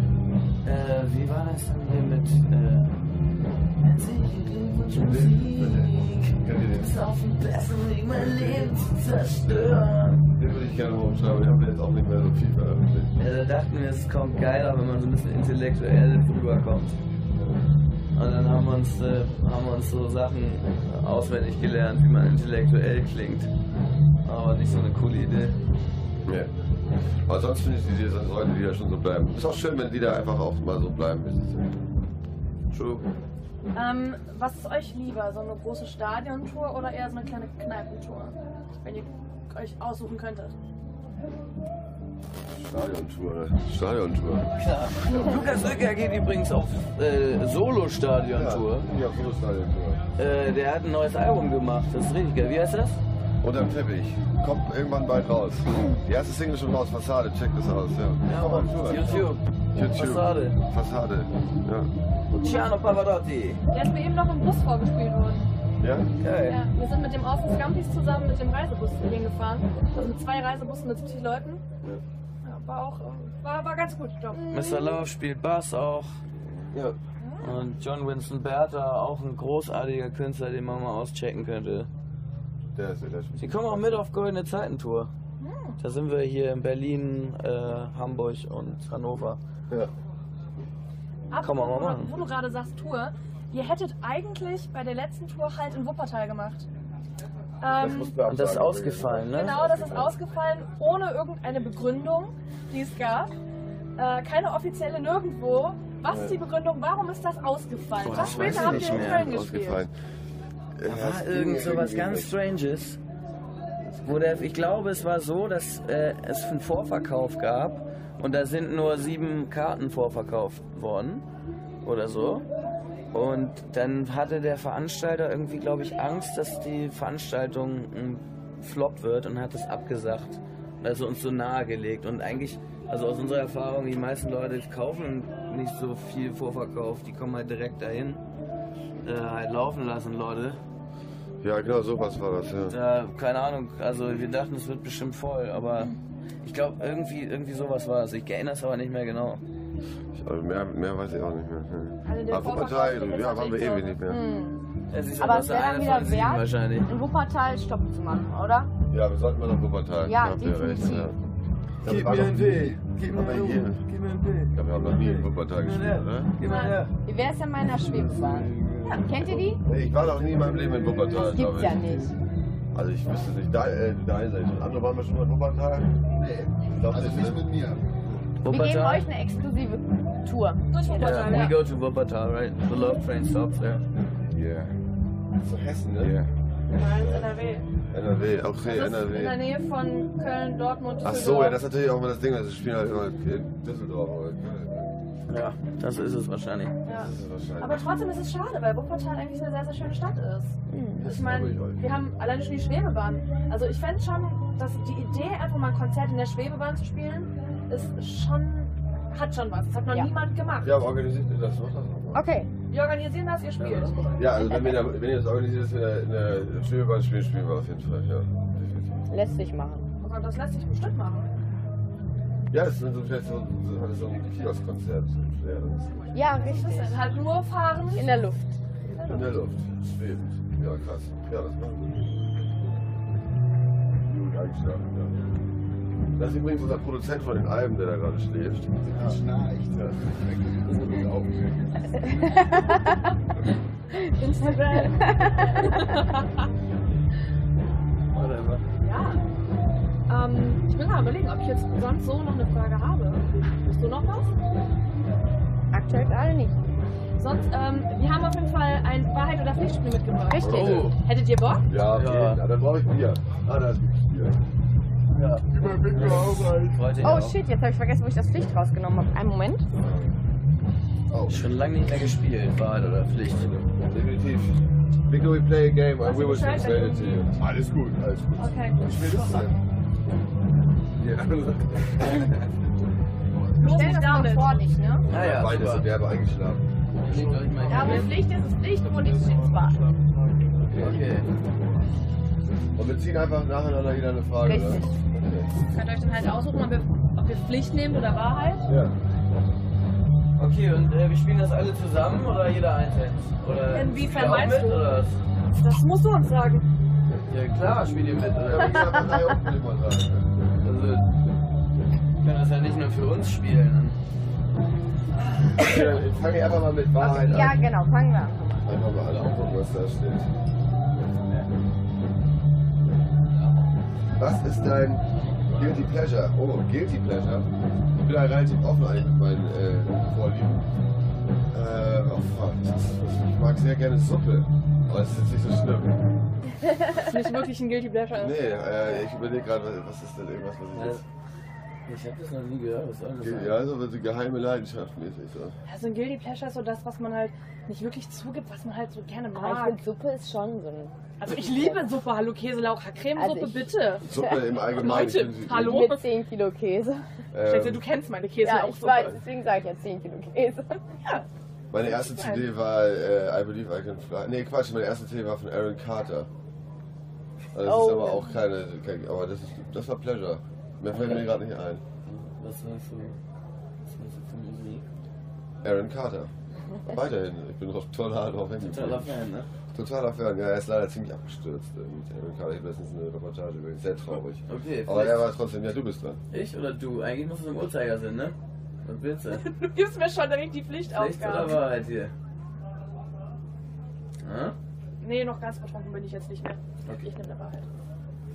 [SPEAKER 2] Äh, wie war das denn hier mit. Äh, herzlichen Glückwunsch, Musik.
[SPEAKER 5] Kennt ihr den?
[SPEAKER 2] Ist auf dem besten Weg, mein Leben zu zerstören.
[SPEAKER 5] Den würde ich gerne mal umschreiben, den haben wir jetzt auch nicht mehr so viel veröffentlicht.
[SPEAKER 2] Ja, da dachten wir, es kommt geiler, wenn man so ein bisschen intellektuell rüberkommt. Und dann haben wir uns, äh, haben wir uns so Sachen auswendig gelernt, wie man intellektuell klingt. Aber nicht so eine coole Idee.
[SPEAKER 5] Ja. Aber sonst finde ich die Idee, sonst sollten die ja schon so bleiben. Ist auch schön, wenn die da einfach auch mal so bleiben. wie sie sind.
[SPEAKER 2] True.
[SPEAKER 3] Ähm, was ist euch lieber, so eine große Stadiontour oder eher so eine kleine Kneipentour? Wenn ihr euch aussuchen könntet.
[SPEAKER 5] Stadiontour. Stadiontour.
[SPEAKER 2] Klar. Lukas Oecker geht übrigens auf äh, Solo-Stadion-Tour.
[SPEAKER 5] Ja, so ist Stadiontour.
[SPEAKER 2] Äh, der hat ein neues Album gemacht, das ist richtig geil. Wie heißt das?
[SPEAKER 5] Unterm Teppich. Kommt irgendwann bald raus. Die erste Single schon raus. Fassade. Check das aus. Ja.
[SPEAKER 2] Ja,
[SPEAKER 5] Komm
[SPEAKER 2] Mann.
[SPEAKER 5] auf Tour.
[SPEAKER 2] YouTube.
[SPEAKER 5] YouTube.
[SPEAKER 2] Fassade.
[SPEAKER 5] Fassade.
[SPEAKER 2] Luciano Pavarotti.
[SPEAKER 3] Der ist mir eben noch im Bus vorgespielt worden.
[SPEAKER 5] Ja. Ja?
[SPEAKER 2] Geil.
[SPEAKER 3] Ja, wir sind mit dem Austin Scampis zusammen mit dem Reisebus hingefahren. Also mit zwei Reisebussen mit 70 Leuten. Ja, war auch, ähm, war, war ganz gut, glaube ich.
[SPEAKER 2] Mr. Love spielt Bass auch.
[SPEAKER 5] Ja.
[SPEAKER 2] Und John Winston Bertha, auch ein großartiger Künstler, den man mal auschecken könnte.
[SPEAKER 5] Der ist der
[SPEAKER 2] Sie kommen auch mit auf Goldene Zeitentour.
[SPEAKER 3] Hm.
[SPEAKER 2] Da sind wir hier in Berlin, äh, Hamburg und Hannover.
[SPEAKER 5] Ja.
[SPEAKER 2] Kann man mal machen.
[SPEAKER 3] Wo du gerade sagst Tour, ihr hättet eigentlich bei der letzten Tour halt in Wuppertal gemacht.
[SPEAKER 5] Das
[SPEAKER 3] Ähm,
[SPEAKER 5] muss man
[SPEAKER 2] Und das ist
[SPEAKER 5] absagen.
[SPEAKER 2] ausgefallen, ne?
[SPEAKER 3] genau, das ist ausgefallen, ohne irgendeine Begründung, die es gab. Äh, keine offizielle nirgendwo. Was ist die Begründung? Warum ist das ausgefallen?
[SPEAKER 2] Boah,
[SPEAKER 3] Was
[SPEAKER 2] das weiß ich
[SPEAKER 3] später habt
[SPEAKER 2] nicht
[SPEAKER 3] ihr in
[SPEAKER 2] mehr.
[SPEAKER 3] Köln gespielt?
[SPEAKER 5] Ausgefallen.
[SPEAKER 2] Da war irgend sowas ganz Stranges. Wo der, ich glaube, es war so, dass äh, es einen Vorverkauf gab und da sind nur sieben Karten vorverkauft worden oder so. Und dann hatte der Veranstalter irgendwie, glaube ich, Angst, dass die Veranstaltung ein Flop wird und hat es abgesagt. Und Also uns so nahegelegt. Und eigentlich, also aus unserer Erfahrung, die meisten Leute kaufen nicht so viel Vorverkauf, die kommen halt direkt dahin. Äh, halt laufen lassen, Leute.
[SPEAKER 5] Ja, genau, sowas war das. Ja.
[SPEAKER 2] Ja, keine Ahnung, also wir dachten, es wird bestimmt voll, aber ich glaube, irgendwie, irgendwie sowas war es. Ich erinnere es aber nicht mehr genau.
[SPEAKER 5] Ich- also Mehr, mehr weiß ich auch nicht mehr. Ja.
[SPEAKER 3] Also der
[SPEAKER 5] Aber
[SPEAKER 3] Vorverkauf
[SPEAKER 5] Wuppertal,
[SPEAKER 3] ist
[SPEAKER 5] ja, waren wir eh
[SPEAKER 3] natürlich
[SPEAKER 5] ewig nicht mehr.
[SPEAKER 2] Es ist
[SPEAKER 4] Aber
[SPEAKER 2] ja
[SPEAKER 4] es
[SPEAKER 2] bloß
[SPEAKER 4] wäre dann
[SPEAKER 2] eine
[SPEAKER 4] wieder
[SPEAKER 2] von sieben
[SPEAKER 4] wert,
[SPEAKER 2] wahrscheinlich.
[SPEAKER 4] in Wuppertal Stopp zu machen, oder?
[SPEAKER 5] Ja, wir sollten mal nach Wuppertal.
[SPEAKER 4] Ja,
[SPEAKER 5] Da habt ihr recht.
[SPEAKER 4] definitiv.
[SPEAKER 5] Ja. Gib mir einen Weg. Gib mir einen Weg.
[SPEAKER 2] Gib mir ein
[SPEAKER 5] Ich glaube, wir haben noch nie in Wuppertal
[SPEAKER 2] Bild.
[SPEAKER 5] gespielt, ne? oder?
[SPEAKER 2] Gib mir her.
[SPEAKER 4] Wie wäre es denn mal in der Schwebebahn? Kennt ihr die?
[SPEAKER 5] Nee, Ich war noch nie in meinem Leben in Wuppertal,
[SPEAKER 4] Das
[SPEAKER 5] glaube
[SPEAKER 4] gibt's
[SPEAKER 5] ich.
[SPEAKER 4] ja nicht.
[SPEAKER 5] Also ich wüsste nicht, da, äh, da ist er. Andere waren wir schon mal in Wuppertal? Nee. Ich glaube nicht, ne?
[SPEAKER 8] mir.
[SPEAKER 4] Wir geben euch
[SPEAKER 2] Wuppertal.
[SPEAKER 4] eine exklusive Tour.
[SPEAKER 3] Durch
[SPEAKER 2] Yeah,
[SPEAKER 3] Wuppertal,
[SPEAKER 2] we
[SPEAKER 3] ja.
[SPEAKER 2] go to Wuppertal, right? The love train stops there.
[SPEAKER 1] Yeah,
[SPEAKER 5] Zu Hessen, ne?
[SPEAKER 1] yeah.
[SPEAKER 3] Nein, in NRW.
[SPEAKER 5] NRW, okay,
[SPEAKER 3] Das ist in der
[SPEAKER 5] NRW.
[SPEAKER 3] Nähe von Köln, Dortmund,
[SPEAKER 5] Ach so, ja, das ist natürlich auch immer das Ding, also wir spielen halt immer in Düsseldorf oder Köln.
[SPEAKER 2] Ja, das ist es wahrscheinlich.
[SPEAKER 3] Ja.
[SPEAKER 5] Das ist
[SPEAKER 3] Aber
[SPEAKER 5] wahrscheinlich.
[SPEAKER 3] trotzdem ist es schade, weil Wuppertal eigentlich eine sehr, sehr schöne Stadt ist.
[SPEAKER 5] Das
[SPEAKER 3] Ich meine,
[SPEAKER 5] glaub ich euch.
[SPEAKER 3] wir haben alleine schon die Schwebebahn. Also ich fände schon, dass die Idee, einfach mal ein Konzert in der Schwebebahn zu spielen, ist schon, hat schon was. Das hat noch
[SPEAKER 4] Ja.
[SPEAKER 3] niemand gemacht.
[SPEAKER 5] Ja, aber organisiert ihr das? Macht das auch mal.
[SPEAKER 4] Okay.
[SPEAKER 3] Wir organisieren das, ihr spielt.
[SPEAKER 5] Ja, also wenn, wir da, wenn ihr das organisiert, dass wir da in der Schwebebahn spielen, spielen wir auf jeden Fall, ja. Definitiv.
[SPEAKER 4] Lässt sich machen.
[SPEAKER 3] Also das lässt sich bestimmt machen.
[SPEAKER 5] Ja, das ist so, vielleicht so, so, hat so ein Kiosk-Konzept. Ja, das ist
[SPEAKER 4] Ja,
[SPEAKER 3] Das
[SPEAKER 4] richtig.
[SPEAKER 3] ist halt nur fahren.
[SPEAKER 4] In der Luft.
[SPEAKER 5] In der Luft, schwebend. Ja, krass. Ja, das machen wir. Gut eingeschlafen, ja. Das ist übrigens unser Produzent von den Alben, der da gerade schläft.
[SPEAKER 8] Ja. Schnarcht. Ja.
[SPEAKER 4] Instagram.
[SPEAKER 2] Whatever.
[SPEAKER 3] Ja. Ähm, ich bin gerade überlegen, ob ich jetzt sonst so noch eine Frage habe. Hast du noch was?
[SPEAKER 4] Aktuell gerade nicht.
[SPEAKER 3] Sonst, ähm, wir haben auf jeden Fall ein Wahrheit- oder Pflichtspiel mitgebracht.
[SPEAKER 4] Richtig.
[SPEAKER 2] Oh,
[SPEAKER 3] Hättet ihr Bock?
[SPEAKER 5] Ja, okay.
[SPEAKER 2] Ja.
[SPEAKER 5] Na, dann brauche ich Bier. Ah, da ist ein Bier.
[SPEAKER 2] ja.
[SPEAKER 5] Über Mikro auch ein.
[SPEAKER 2] Freut sich
[SPEAKER 4] Oh
[SPEAKER 2] auch.
[SPEAKER 4] shit, jetzt habe ich vergessen, wo ich das Licht rausgenommen habe. Einen Moment.
[SPEAKER 2] Schon lange nicht mehr gespielt, Wahrheit oder Pflicht.
[SPEAKER 5] Definitiv. Mikro, we play a game and we will
[SPEAKER 3] Bescheid,
[SPEAKER 5] explain it to you.
[SPEAKER 8] Alles gut.
[SPEAKER 5] Alles gut.
[SPEAKER 3] Okay.
[SPEAKER 5] Ich will das denn. Ja,
[SPEAKER 3] Los
[SPEAKER 4] Stell
[SPEAKER 3] nicht
[SPEAKER 4] das mal
[SPEAKER 3] damit.
[SPEAKER 4] vor dich, ne?
[SPEAKER 2] Naja, also,
[SPEAKER 5] beide sind
[SPEAKER 2] Ah, super.
[SPEAKER 5] derbe eingeschlafen.
[SPEAKER 2] Legt euch mal
[SPEAKER 4] Ja, aber
[SPEAKER 2] hin.
[SPEAKER 4] Pflicht ist es Pflicht, wo nichts steht zwar.
[SPEAKER 2] Okay.
[SPEAKER 5] Und wir ziehen einfach nacheinander jeder eine Frage.
[SPEAKER 4] Richtig.
[SPEAKER 5] Oder?
[SPEAKER 3] Könnt ihr euch dann halt aussuchen, ob ihr, ob ihr Pflicht nehmt oder Wahrheit.
[SPEAKER 5] Okay. Ja.
[SPEAKER 2] Okay, und äh, wir spielen das alle zusammen oder jeder einzeln? Oder spielt
[SPEAKER 3] Inwiefern
[SPEAKER 2] ihr auch
[SPEAKER 3] meinst
[SPEAKER 2] mit,
[SPEAKER 3] du?
[SPEAKER 2] Oder? was?
[SPEAKER 3] Das musst du uns sagen.
[SPEAKER 2] Ja klar, spielt ihr mit.
[SPEAKER 5] Ja,
[SPEAKER 2] Oder?
[SPEAKER 5] wir gehen einfach drei unten immer rein.
[SPEAKER 2] Also, wir können das ja nicht nur für uns spielen.
[SPEAKER 4] Also,
[SPEAKER 5] Ja, Ich fange einfach mal mit Wahrheit
[SPEAKER 4] Ja,
[SPEAKER 5] an.
[SPEAKER 4] genau, fangen wir an.
[SPEAKER 5] Einfach mal alle angucken, was da steht. Was ist dein Guilty Pleasure? Oh, Guilty Pleasure? Ich bin da relativ offen eigentlich mit meinen äh, Vorlieben. Äh, oh fuck. Ich mag sehr gerne Suppe. Aber es ist jetzt nicht so schlimm.
[SPEAKER 3] Das ist nicht wirklich ein Guilty Pleasure.
[SPEAKER 5] Nee, äh, ich überlege gerade, was ist denn irgendwas, was ich jetzt.
[SPEAKER 2] Ich habe das noch nie gehört. Was soll das sein?
[SPEAKER 5] Ja, also wird sie geheime Leidenschaft mäßig so.
[SPEAKER 3] Also ein Guilty Pleasure ist so das, was man halt nicht wirklich zugibt, was man halt so gerne
[SPEAKER 4] Aber Ah, ich
[SPEAKER 3] mag.
[SPEAKER 4] finde, Suppe ist schon so ein.
[SPEAKER 3] Also ich liebe Suppe, Hallo Käse, Lauch, Cremesuppe,
[SPEAKER 4] Also ich-
[SPEAKER 3] bitte.
[SPEAKER 5] Suppe im Allgemeinen.
[SPEAKER 3] Leute,
[SPEAKER 5] finden sie-
[SPEAKER 3] hallo?
[SPEAKER 4] Mit 10 Kilo Käse.
[SPEAKER 3] Schätze,
[SPEAKER 5] Ähm,
[SPEAKER 3] du kennst meine Käse
[SPEAKER 4] ja,
[SPEAKER 3] auch
[SPEAKER 4] ich
[SPEAKER 3] Suppe.
[SPEAKER 4] weiß, deswegen sage ich ja 10 Kilo Käse.
[SPEAKER 5] meine erste CD war äh, I Believe I Can Fly. Nee, Quatsch, meine erste CD war von Aaron Carter. Also das
[SPEAKER 4] Oh.
[SPEAKER 5] ist aber auch keine, kein, aber das, ist, das war Pleasure. Mehr fällt mir gerade nicht ein.
[SPEAKER 2] Was meinst du? Was meinst du für Musik?
[SPEAKER 5] Aaron Carter. Weiterhin, ich bin doch total drauf hängen
[SPEAKER 2] Totaler
[SPEAKER 5] geblieben.
[SPEAKER 2] Fan, ne?
[SPEAKER 5] Totaler Fan, ja, er ist leider ziemlich abgestürzt äh, mit Aaron Carter. Ich habe letztens eine Reportage über ihn, sehr traurig.
[SPEAKER 2] Okay,
[SPEAKER 5] Aber er
[SPEAKER 2] vielleicht
[SPEAKER 5] war trotzdem, ja, du bist dran.
[SPEAKER 2] ich oder du? Eigentlich muss es im Uhrzeigersinn, ne? Was willst du?
[SPEAKER 3] Du gibst mir schon direkt die
[SPEAKER 2] Pflicht oder
[SPEAKER 3] Pflichtaufgabe.
[SPEAKER 2] Wahrheit hier? Hä?
[SPEAKER 3] Nee, noch ganz betrunken bin ich jetzt nicht mehr.
[SPEAKER 2] Okay.
[SPEAKER 3] Ich nehme eine Wahrheit.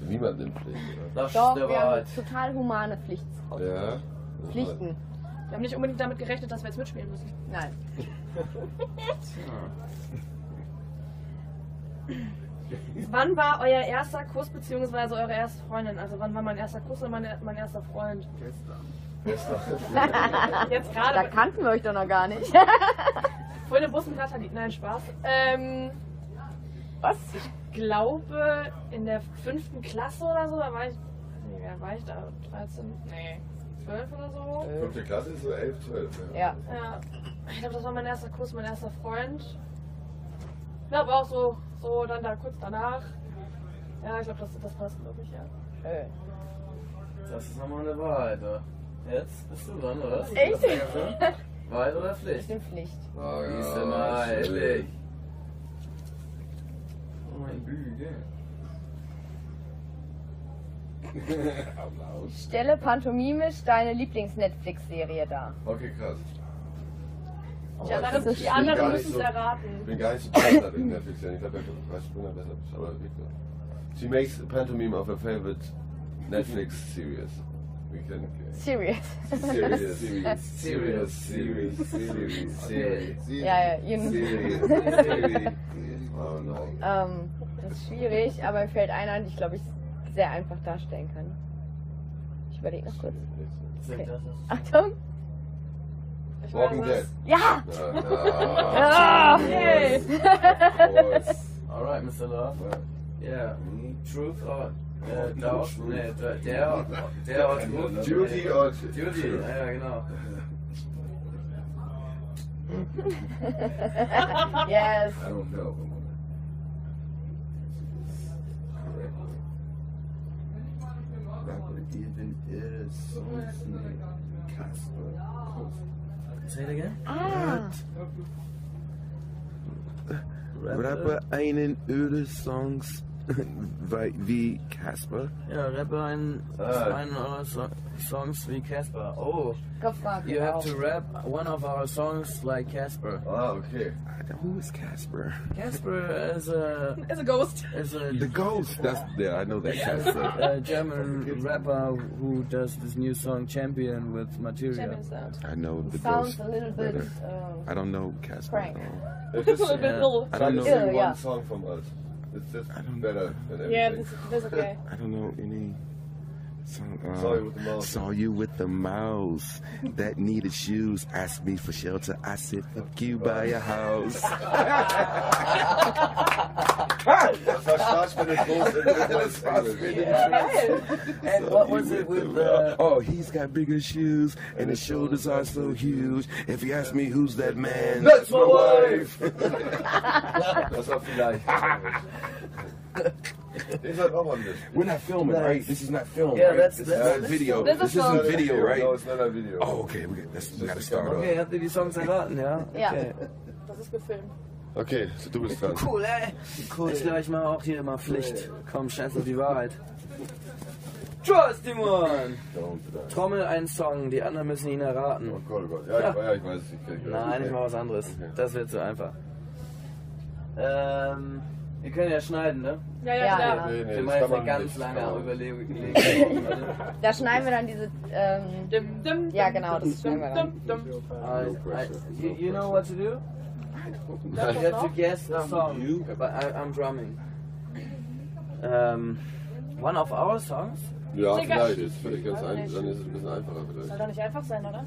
[SPEAKER 5] Niemand nimmt Pflicht,
[SPEAKER 2] Das
[SPEAKER 4] Doch,
[SPEAKER 2] ist der
[SPEAKER 4] wir haben
[SPEAKER 2] Wahrheit.
[SPEAKER 4] total humane Pflicht.
[SPEAKER 5] oder? Ja.
[SPEAKER 4] Pflichten.
[SPEAKER 3] Wir haben nicht unbedingt damit gerechnet, dass wir jetzt mitspielen müssen.
[SPEAKER 4] Nein.
[SPEAKER 3] Wann war euer erster Kuss beziehungsweise eure erste Freundin? Also wann war mein erster Kuss und mein, mein erster Freund? Gestern. Jetzt
[SPEAKER 4] Da
[SPEAKER 3] gerade.
[SPEAKER 4] kannten wir euch doch noch gar nicht.
[SPEAKER 3] Vorhin im Bus mit Nathalie. Nein, Spaß. Ähm, was? Ich glaube in der fünften Klasse oder so, da war ich. Nee, da war ich da 13. Nee. 12 oder so.
[SPEAKER 5] Fünfte Klasse ist so 11, 12.
[SPEAKER 4] ja.
[SPEAKER 3] Ja. Ich glaube, das war mein erster Kuss, mein erster Freund. Ich glaube auch so, so dann da kurz danach. Ja, ich glaube, das, das passt, glaube ich, ja.
[SPEAKER 4] Äh,
[SPEAKER 2] Das ist nochmal eine Wahrheit, oder? Jetzt bist du dran, oder?
[SPEAKER 4] Echt?
[SPEAKER 2] Uhrzeigersinn? Wahrheit oder Pflicht?
[SPEAKER 4] bestimmt Pflicht.
[SPEAKER 5] Oh,
[SPEAKER 2] Wie ist denn mal, endlich? Oh mein Bügel.
[SPEAKER 4] Stelle pantomimisch deine Lieblings-Netflix-Serie dar.
[SPEAKER 5] Okay, krass. Oh,
[SPEAKER 3] Ja, dann
[SPEAKER 5] ich
[SPEAKER 3] ist, die
[SPEAKER 5] bin
[SPEAKER 3] anderen
[SPEAKER 5] gar nicht
[SPEAKER 3] müssen es
[SPEAKER 5] so-
[SPEAKER 3] erraten.
[SPEAKER 5] Ich bin gar nicht so besser in Netflix, denn ich glaube, ich bin da besser. Aber geht so. uh, She makes a pantomime of her favorite Netflix series. We can
[SPEAKER 4] Serious.
[SPEAKER 5] Serious, serious,
[SPEAKER 2] serious,
[SPEAKER 5] serious, serious, serious, serious.
[SPEAKER 4] Ja, ja, jeden-
[SPEAKER 5] Serious, serious. Oh no.
[SPEAKER 4] Ähm, das ist schwierig, aber mir fällt einer ein, die ich glaube ich sehr einfach darstellen kann. Ich überlege noch kurz.
[SPEAKER 2] Sag das jetzt.
[SPEAKER 4] Achtung!
[SPEAKER 3] Ich
[SPEAKER 5] Walking
[SPEAKER 3] weiß
[SPEAKER 5] Dead.
[SPEAKER 3] es.
[SPEAKER 5] Uh,
[SPEAKER 4] Ja!
[SPEAKER 5] Ja,
[SPEAKER 4] Ah,
[SPEAKER 3] Hey!
[SPEAKER 2] Alright, Mr. Love. Yeah, truth or äh, doubt? Nee, der, der, der or truth?
[SPEAKER 5] Duty or
[SPEAKER 2] Duty, ja, ja, genau.
[SPEAKER 4] Yes!
[SPEAKER 5] I don't know.
[SPEAKER 2] Say it again.
[SPEAKER 4] Ah!
[SPEAKER 1] Rapper einen öde Songs weil- wie Casper.
[SPEAKER 2] Ja, Rapper ein,
[SPEAKER 5] Ah.
[SPEAKER 2] einen eurer so Songs wie Casper. Oh,
[SPEAKER 4] Kopfmarken.
[SPEAKER 2] you have
[SPEAKER 4] auch.
[SPEAKER 2] to rap one of our songs like Casper.
[SPEAKER 5] Ah, okay.
[SPEAKER 1] Who is Casper?
[SPEAKER 2] Casper is a
[SPEAKER 3] It's a ghost.
[SPEAKER 2] is a
[SPEAKER 1] The Ghost. That's yeah, I know that Casper.
[SPEAKER 2] a German rapper who does this new song Champion with material.
[SPEAKER 1] I know the
[SPEAKER 4] Sounds
[SPEAKER 1] Ghost.
[SPEAKER 4] a little bit.
[SPEAKER 1] better.
[SPEAKER 4] ähm,
[SPEAKER 1] I don't know Casper.
[SPEAKER 4] Frank.
[SPEAKER 1] at all.
[SPEAKER 5] It's just,
[SPEAKER 2] Yeah.
[SPEAKER 1] I don't
[SPEAKER 5] Try to
[SPEAKER 1] know.
[SPEAKER 5] sing
[SPEAKER 4] Ill,
[SPEAKER 5] one
[SPEAKER 4] yeah.
[SPEAKER 5] song from us. It's just
[SPEAKER 1] I don't-
[SPEAKER 5] better than everything.
[SPEAKER 3] Yeah, that's, that's okay.
[SPEAKER 1] I don't know any. Song, uh,
[SPEAKER 5] Saw you with the mouse.
[SPEAKER 1] Saw you with the mouse that needed shoes. Asked me for shelter. I said, "Fuck you, buy a house."
[SPEAKER 5] Das war Spaß, wenn es groß ist. Das war Spaß, wenn
[SPEAKER 2] And what was it with the
[SPEAKER 1] oh, he's got bigger shoes and his shoulders are so huge. If you ask me who's that man,
[SPEAKER 5] That's my wife! Das war vielleicht. Den sollten wir auch mal mit.
[SPEAKER 1] we're not filming, right? This is not filmed,
[SPEAKER 2] Yeah,
[SPEAKER 1] right?
[SPEAKER 2] that's-
[SPEAKER 1] this
[SPEAKER 2] that's-
[SPEAKER 1] is not video.
[SPEAKER 3] this is
[SPEAKER 1] This isn't
[SPEAKER 3] not-
[SPEAKER 1] video,
[SPEAKER 5] No,
[SPEAKER 1] right?
[SPEAKER 5] it's not a video.
[SPEAKER 1] Oh, okay. We, got, that's, we gotta start
[SPEAKER 2] Okay,
[SPEAKER 1] off.
[SPEAKER 2] habt ihr die Songs erraten, ja?
[SPEAKER 4] Ja.
[SPEAKER 2] Okay.
[SPEAKER 3] Das ist gefilmt.
[SPEAKER 5] Okay, so du bist dran.
[SPEAKER 2] Cool, ey. Cool. Ich glaube, ich mache auch hier immer Pflicht. Komm, scheiß auf die Wahrheit. Trust the one! Trommel einen Song, die anderen müssen ihn erraten.
[SPEAKER 5] Oh Gott, oh Gott. Ja, ich, ja, ich weiß es nicht. Ich-
[SPEAKER 2] Nein, ich mache was anderes. Das wird zu einfach. Ähm, wir können ja schneiden, ne?
[SPEAKER 3] Ja, ja,
[SPEAKER 4] Ja,
[SPEAKER 3] klar.
[SPEAKER 4] ja.
[SPEAKER 5] Nee, nee,
[SPEAKER 2] wir machen jetzt
[SPEAKER 5] das kann man
[SPEAKER 2] eine ganz
[SPEAKER 5] nicht.
[SPEAKER 2] lange
[SPEAKER 5] Kann man nicht.
[SPEAKER 2] Überlegung.
[SPEAKER 4] Da schneiden wir dann diese. Ähm,
[SPEAKER 3] Dim, dim,
[SPEAKER 4] Ja,
[SPEAKER 3] dim,
[SPEAKER 4] genau, das
[SPEAKER 3] dim,
[SPEAKER 4] schneiden wir
[SPEAKER 3] dim, dim.
[SPEAKER 2] I, I, you, you know what to do? You
[SPEAKER 3] Nein.
[SPEAKER 2] have to guess the song. But I, I'm drumming. Um, one of our songs?
[SPEAKER 5] Ja,
[SPEAKER 6] Digga.
[SPEAKER 5] vielleicht. Ist vielleicht ganz
[SPEAKER 6] Weiß
[SPEAKER 5] ein,
[SPEAKER 6] nicht.
[SPEAKER 5] dann ist es ein bisschen einfacher
[SPEAKER 6] Soll
[SPEAKER 5] vielleicht.
[SPEAKER 6] doch nicht einfach sein, oder?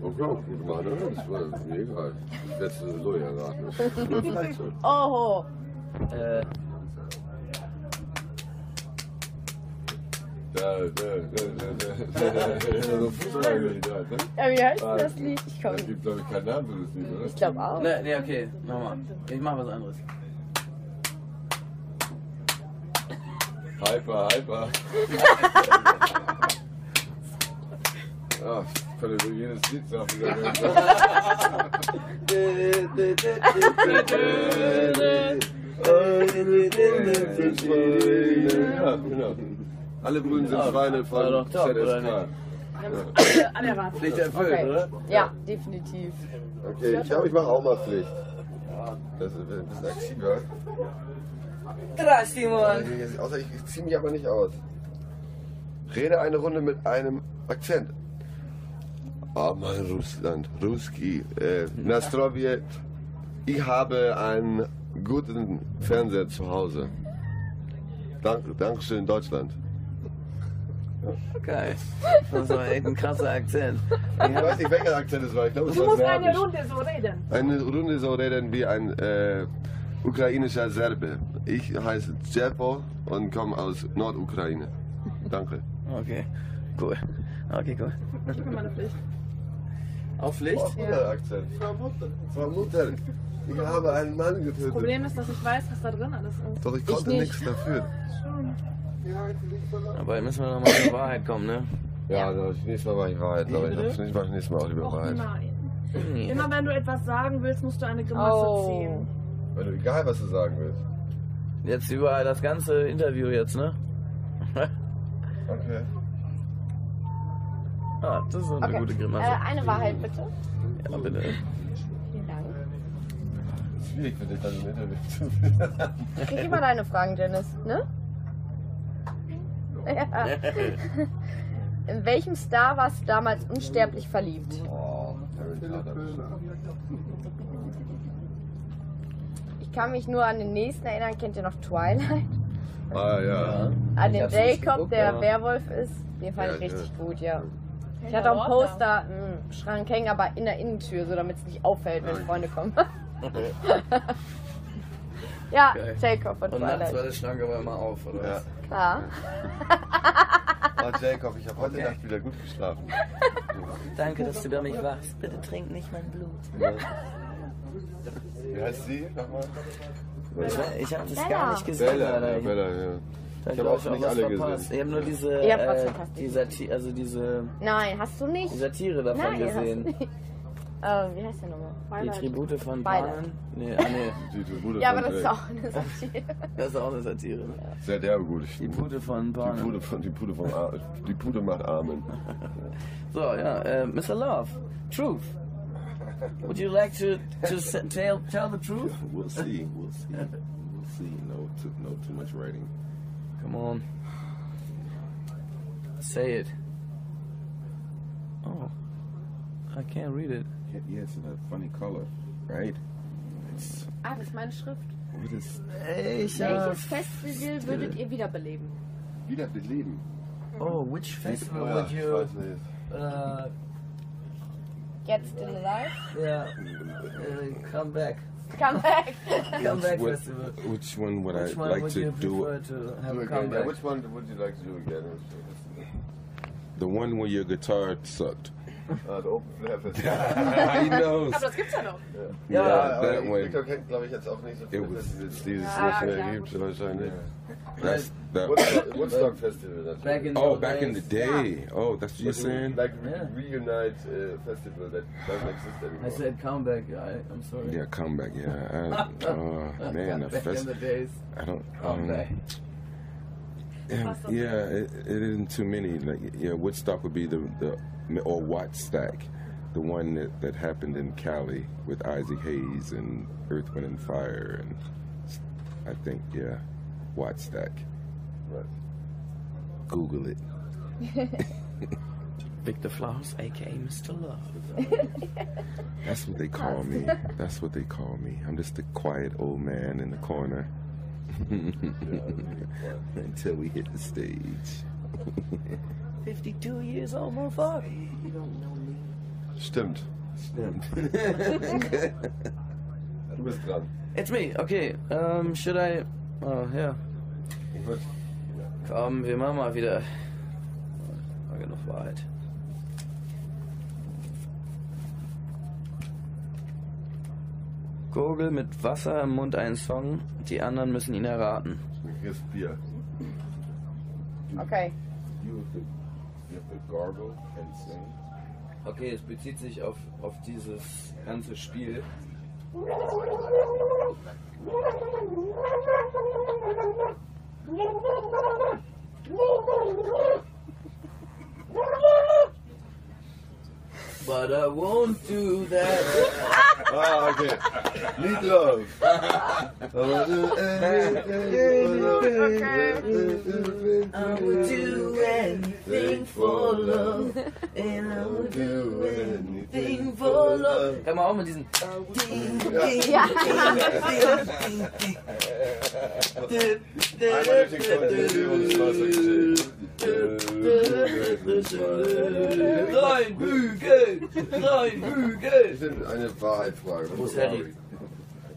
[SPEAKER 5] Okay, gut gemacht, oder? Das war mir egal. Ich werde es sowieso ja raten. Ja, vielleicht schon.
[SPEAKER 9] Oho.
[SPEAKER 2] Äh,
[SPEAKER 5] Da, da, da, da, da. Ist ja so Fußballlied halt, ne?
[SPEAKER 9] Ja, wie heißt
[SPEAKER 5] Ah,
[SPEAKER 9] das Lied? Ich
[SPEAKER 5] Da
[SPEAKER 9] komme.
[SPEAKER 5] gibt glaube ich keinen Namen für das Lied, oder?
[SPEAKER 9] Ich glaube auch.
[SPEAKER 2] ne, ne, okay, nochmal. Ich mach was anderes.
[SPEAKER 5] Hyper, hyper. Ach, ich könnte über jedes Lied sagen. wieder hören. Ja, genau. Alle Brünen sind Schweine
[SPEAKER 2] War
[SPEAKER 5] von
[SPEAKER 2] doch top, oder
[SPEAKER 5] ZSK.
[SPEAKER 6] Alle erraten.
[SPEAKER 2] Pflicht erfüllt,
[SPEAKER 9] Okay.
[SPEAKER 2] oder?
[SPEAKER 9] Ja, definitiv.
[SPEAKER 5] Okay, ich glaube, ich mache auch mal Pflicht. Das ist ein bisschen aktiver.
[SPEAKER 2] Krass, Simon.
[SPEAKER 5] Außer ich ziehe mich aber nicht aus. Rede eine Runde mit einem Akzent. Armer Russland, Ruski, äh, Nastroviet. Ich habe einen guten Fernseher zu Hause. Dank, Dankeschön, Deutschland.
[SPEAKER 2] Geil. Das war echt ein krasser Akzent.
[SPEAKER 5] Ich weiß nicht, welcher Akzent es war. Ich glaube, es
[SPEAKER 6] Du
[SPEAKER 5] war
[SPEAKER 6] musst eine
[SPEAKER 5] Serbisch.
[SPEAKER 6] Runde so reden.
[SPEAKER 5] Eine Runde so reden wie ein äh, ukrainischer Serbe. Ich heiße Djepo und komme aus Nordukraine. Danke.
[SPEAKER 2] Okay, cool. Okay, cool.
[SPEAKER 6] Ich bin meine Pflicht.
[SPEAKER 2] Auf Pflicht?
[SPEAKER 5] Akzent. Frau Mutter. Frau Mutter, ich habe einen Mann getötet.
[SPEAKER 6] Problem ist, dass ich weiß, was da drin alles ist.
[SPEAKER 5] Doch ich konnte
[SPEAKER 4] nicht.
[SPEAKER 5] nichts dafür.
[SPEAKER 2] Aber müssen wir nochmal zur Wahrheit kommen, ne?
[SPEAKER 5] Ja, also das nächste Mal mache ich Wahrheit. Aber ich
[SPEAKER 6] bitte?
[SPEAKER 5] glaube, das nächste Mal auch lieber
[SPEAKER 6] Auch
[SPEAKER 5] Wahrheit.
[SPEAKER 6] nein. Immer wenn du etwas sagen willst, musst du eine Grimasse
[SPEAKER 9] Oh.
[SPEAKER 6] ziehen.
[SPEAKER 5] Weil du egal, was du sagen willst.
[SPEAKER 2] Jetzt überall das ganze Interview jetzt, ne?
[SPEAKER 5] Okay.
[SPEAKER 2] Ah, das ist eine
[SPEAKER 9] Okay.
[SPEAKER 2] gute
[SPEAKER 9] Äh,
[SPEAKER 2] Grimasse.
[SPEAKER 9] eine Wahrheit bitte.
[SPEAKER 2] Ja, bitte.
[SPEAKER 9] Vielen Dank.
[SPEAKER 5] Das ist schwierig für dich, dann im Interview zu finden.
[SPEAKER 9] Krieg immer deine Fragen, Dennis, ne? Ja. In welchem Star warst du damals unsterblich verliebt?
[SPEAKER 5] Oh, Harry Potter.
[SPEAKER 9] Ich kann mich nur an den nächsten erinnern. Kennt ihr noch Twilight?
[SPEAKER 5] Ah, ja.
[SPEAKER 9] An
[SPEAKER 2] Ich
[SPEAKER 9] den
[SPEAKER 2] hab's nicht
[SPEAKER 9] Jacob,
[SPEAKER 2] geguckt,
[SPEAKER 9] der
[SPEAKER 2] aber-
[SPEAKER 9] Werwolf ist. Den fand
[SPEAKER 5] Ja,
[SPEAKER 9] ich
[SPEAKER 5] ja.
[SPEAKER 9] richtig gut, ja. Ich hatte auch ein Poster im Schrank hängen, aber in der Innentür, so damit es nicht auffällt, wenn
[SPEAKER 5] Nein.
[SPEAKER 9] Freunde kommen. ja,
[SPEAKER 2] Geil.
[SPEAKER 9] Jacob von
[SPEAKER 2] Und nachts war
[SPEAKER 9] Twilight.
[SPEAKER 2] der Schrank aber immer auf, oder
[SPEAKER 5] Ja.
[SPEAKER 2] was?
[SPEAKER 9] Ja.
[SPEAKER 5] Ah, Jacob, ich habe heute Nacht wieder gut geschlafen.
[SPEAKER 2] Danke, dass du über mich wachst. Bitte trink nicht mein Blut.
[SPEAKER 5] Wie heißt sie nochmal?
[SPEAKER 2] Ich, ich habe das
[SPEAKER 9] Bella.
[SPEAKER 2] gar nicht gesehen.
[SPEAKER 5] Bella,
[SPEAKER 2] leider.
[SPEAKER 5] ja, Bella, ja.
[SPEAKER 2] Da
[SPEAKER 5] Ich hab
[SPEAKER 2] glaub
[SPEAKER 5] auch nicht
[SPEAKER 2] was
[SPEAKER 5] alle
[SPEAKER 2] verpasst.
[SPEAKER 5] gesehen.
[SPEAKER 2] Ich habe nur diese,
[SPEAKER 9] Ihr habt was
[SPEAKER 2] äh,
[SPEAKER 9] verpasst.
[SPEAKER 2] die Satire, also diese
[SPEAKER 9] Nein, hast du nicht?
[SPEAKER 2] die Satire davon
[SPEAKER 9] Nein, hast du
[SPEAKER 2] gesehen.
[SPEAKER 9] nicht. Äh, wie heißt der nochmal?
[SPEAKER 2] Die Tribute von
[SPEAKER 9] Beide.
[SPEAKER 2] Bahnen. Nee, ah, nee,
[SPEAKER 5] Die tut gut.
[SPEAKER 9] Ja, aber das ist auch eine Satire.
[SPEAKER 2] das ist auch eine Satire. ne?
[SPEAKER 5] Sehr der gut.
[SPEAKER 2] Die Pute von
[SPEAKER 5] Die
[SPEAKER 2] Bahnen.
[SPEAKER 5] Pude, von, die, Pude von, Ar- die Pude macht Armen.
[SPEAKER 2] So, ja, äh, Mr. Love, truth. Would you like to, to s- tell, tell the truth?
[SPEAKER 1] We'll see. We'll see. We'll see. No, too, no too much writing.
[SPEAKER 2] Come on. Say it. Oh, I can't read it.
[SPEAKER 1] Yeah, yeah, it's a funny color, right? It's
[SPEAKER 9] Ah, das ist meine Schrift.
[SPEAKER 1] what is
[SPEAKER 2] Ich
[SPEAKER 9] Welches Festival würdet ihr wiederbeleben?
[SPEAKER 5] Wiederbeleben.
[SPEAKER 2] Oh, which festival would
[SPEAKER 5] ich
[SPEAKER 2] you
[SPEAKER 5] weiß nicht.
[SPEAKER 2] uh,
[SPEAKER 9] Get Still Alive?
[SPEAKER 2] yeah, uh, come back?
[SPEAKER 9] Come back!
[SPEAKER 2] Come back
[SPEAKER 1] What-
[SPEAKER 2] festival.
[SPEAKER 1] Which one would
[SPEAKER 2] Which
[SPEAKER 1] I
[SPEAKER 2] one
[SPEAKER 1] like
[SPEAKER 2] would
[SPEAKER 1] to
[SPEAKER 2] you
[SPEAKER 1] do?
[SPEAKER 2] prefer to
[SPEAKER 5] Do
[SPEAKER 2] have come
[SPEAKER 5] again. Yeah,
[SPEAKER 2] back?
[SPEAKER 5] which one would you like to do again?
[SPEAKER 1] The one where your guitar sucked.
[SPEAKER 5] Ah, the Open Flair Festival.
[SPEAKER 1] he knows.
[SPEAKER 6] Aber das gibt's ja noch.
[SPEAKER 1] Yeah,
[SPEAKER 5] Ja,
[SPEAKER 1] that
[SPEAKER 5] aber
[SPEAKER 1] one.
[SPEAKER 5] Victor kennt, glaube ich, jetzt auch nicht so
[SPEAKER 1] It
[SPEAKER 5] viele
[SPEAKER 1] was
[SPEAKER 5] Festivals.
[SPEAKER 1] it's dieses
[SPEAKER 6] Ah,
[SPEAKER 5] Mehr
[SPEAKER 6] ja.
[SPEAKER 5] gibt's wahrscheinlich.
[SPEAKER 1] that's that.
[SPEAKER 5] Woodstock, Woodstock Festival natürlich.
[SPEAKER 2] Back in
[SPEAKER 1] Oh,
[SPEAKER 2] the
[SPEAKER 1] back in the
[SPEAKER 2] days.
[SPEAKER 1] day. Oh, that's what you're
[SPEAKER 5] Like,
[SPEAKER 1] saying.
[SPEAKER 5] Like
[SPEAKER 2] Yeah.
[SPEAKER 5] reunite uh, festival that doesn't exist anymore.
[SPEAKER 2] I said come back. I, I'm sorry.
[SPEAKER 1] Yeah, comeback. Yeah. I, oh man, the
[SPEAKER 2] back in
[SPEAKER 1] fest.
[SPEAKER 2] the days.
[SPEAKER 1] I don't.
[SPEAKER 2] Come
[SPEAKER 1] um,
[SPEAKER 2] back.
[SPEAKER 1] Yeah, yeah it, it isn't too many. Like, yeah, Woodstock would be the, the or Wattstack, the one that, that happened in Cali with Isaac Hayes and Earth, Wind, and Fire, and s- I think yeah, Wattstack.
[SPEAKER 5] Right.
[SPEAKER 1] Google it.
[SPEAKER 2] Victor Flowers, aka Mr. Love.
[SPEAKER 1] That's what they call me. That's what they call me. I'm just a quiet old man in the corner. Until we hit the stage.
[SPEAKER 2] 52 years old, motherfucker.
[SPEAKER 5] Stimmt.
[SPEAKER 1] Stimmt.
[SPEAKER 5] Du bist dran.
[SPEAKER 2] It's me, okay. Ähm, should I. Oh, ja.
[SPEAKER 5] Ich würd-
[SPEAKER 2] Komm, wir machen mal wieder. War genug Wahrheit. Gurgel mit Wasser im Mund einen Song, die anderen müssen ihn erraten.
[SPEAKER 5] Du kriegst Bier.
[SPEAKER 9] Okay.
[SPEAKER 1] You have to, you have to gargle and sing.
[SPEAKER 2] Okay, es bezieht sich auf, auf dieses ganze Spiel. But I won't do that.
[SPEAKER 5] Ah, okay. Lied drauf.
[SPEAKER 2] I would do anything for love. And I would do anything for love. Hör mal auf mit diesen.
[SPEAKER 9] Ja.
[SPEAKER 5] Einmal durch den Kondensierungswasser geschickt.
[SPEAKER 2] Rein Bügel! Rein Bügel!
[SPEAKER 5] Das ist eine Wahrheitsfrage.
[SPEAKER 2] Wo ist Harry?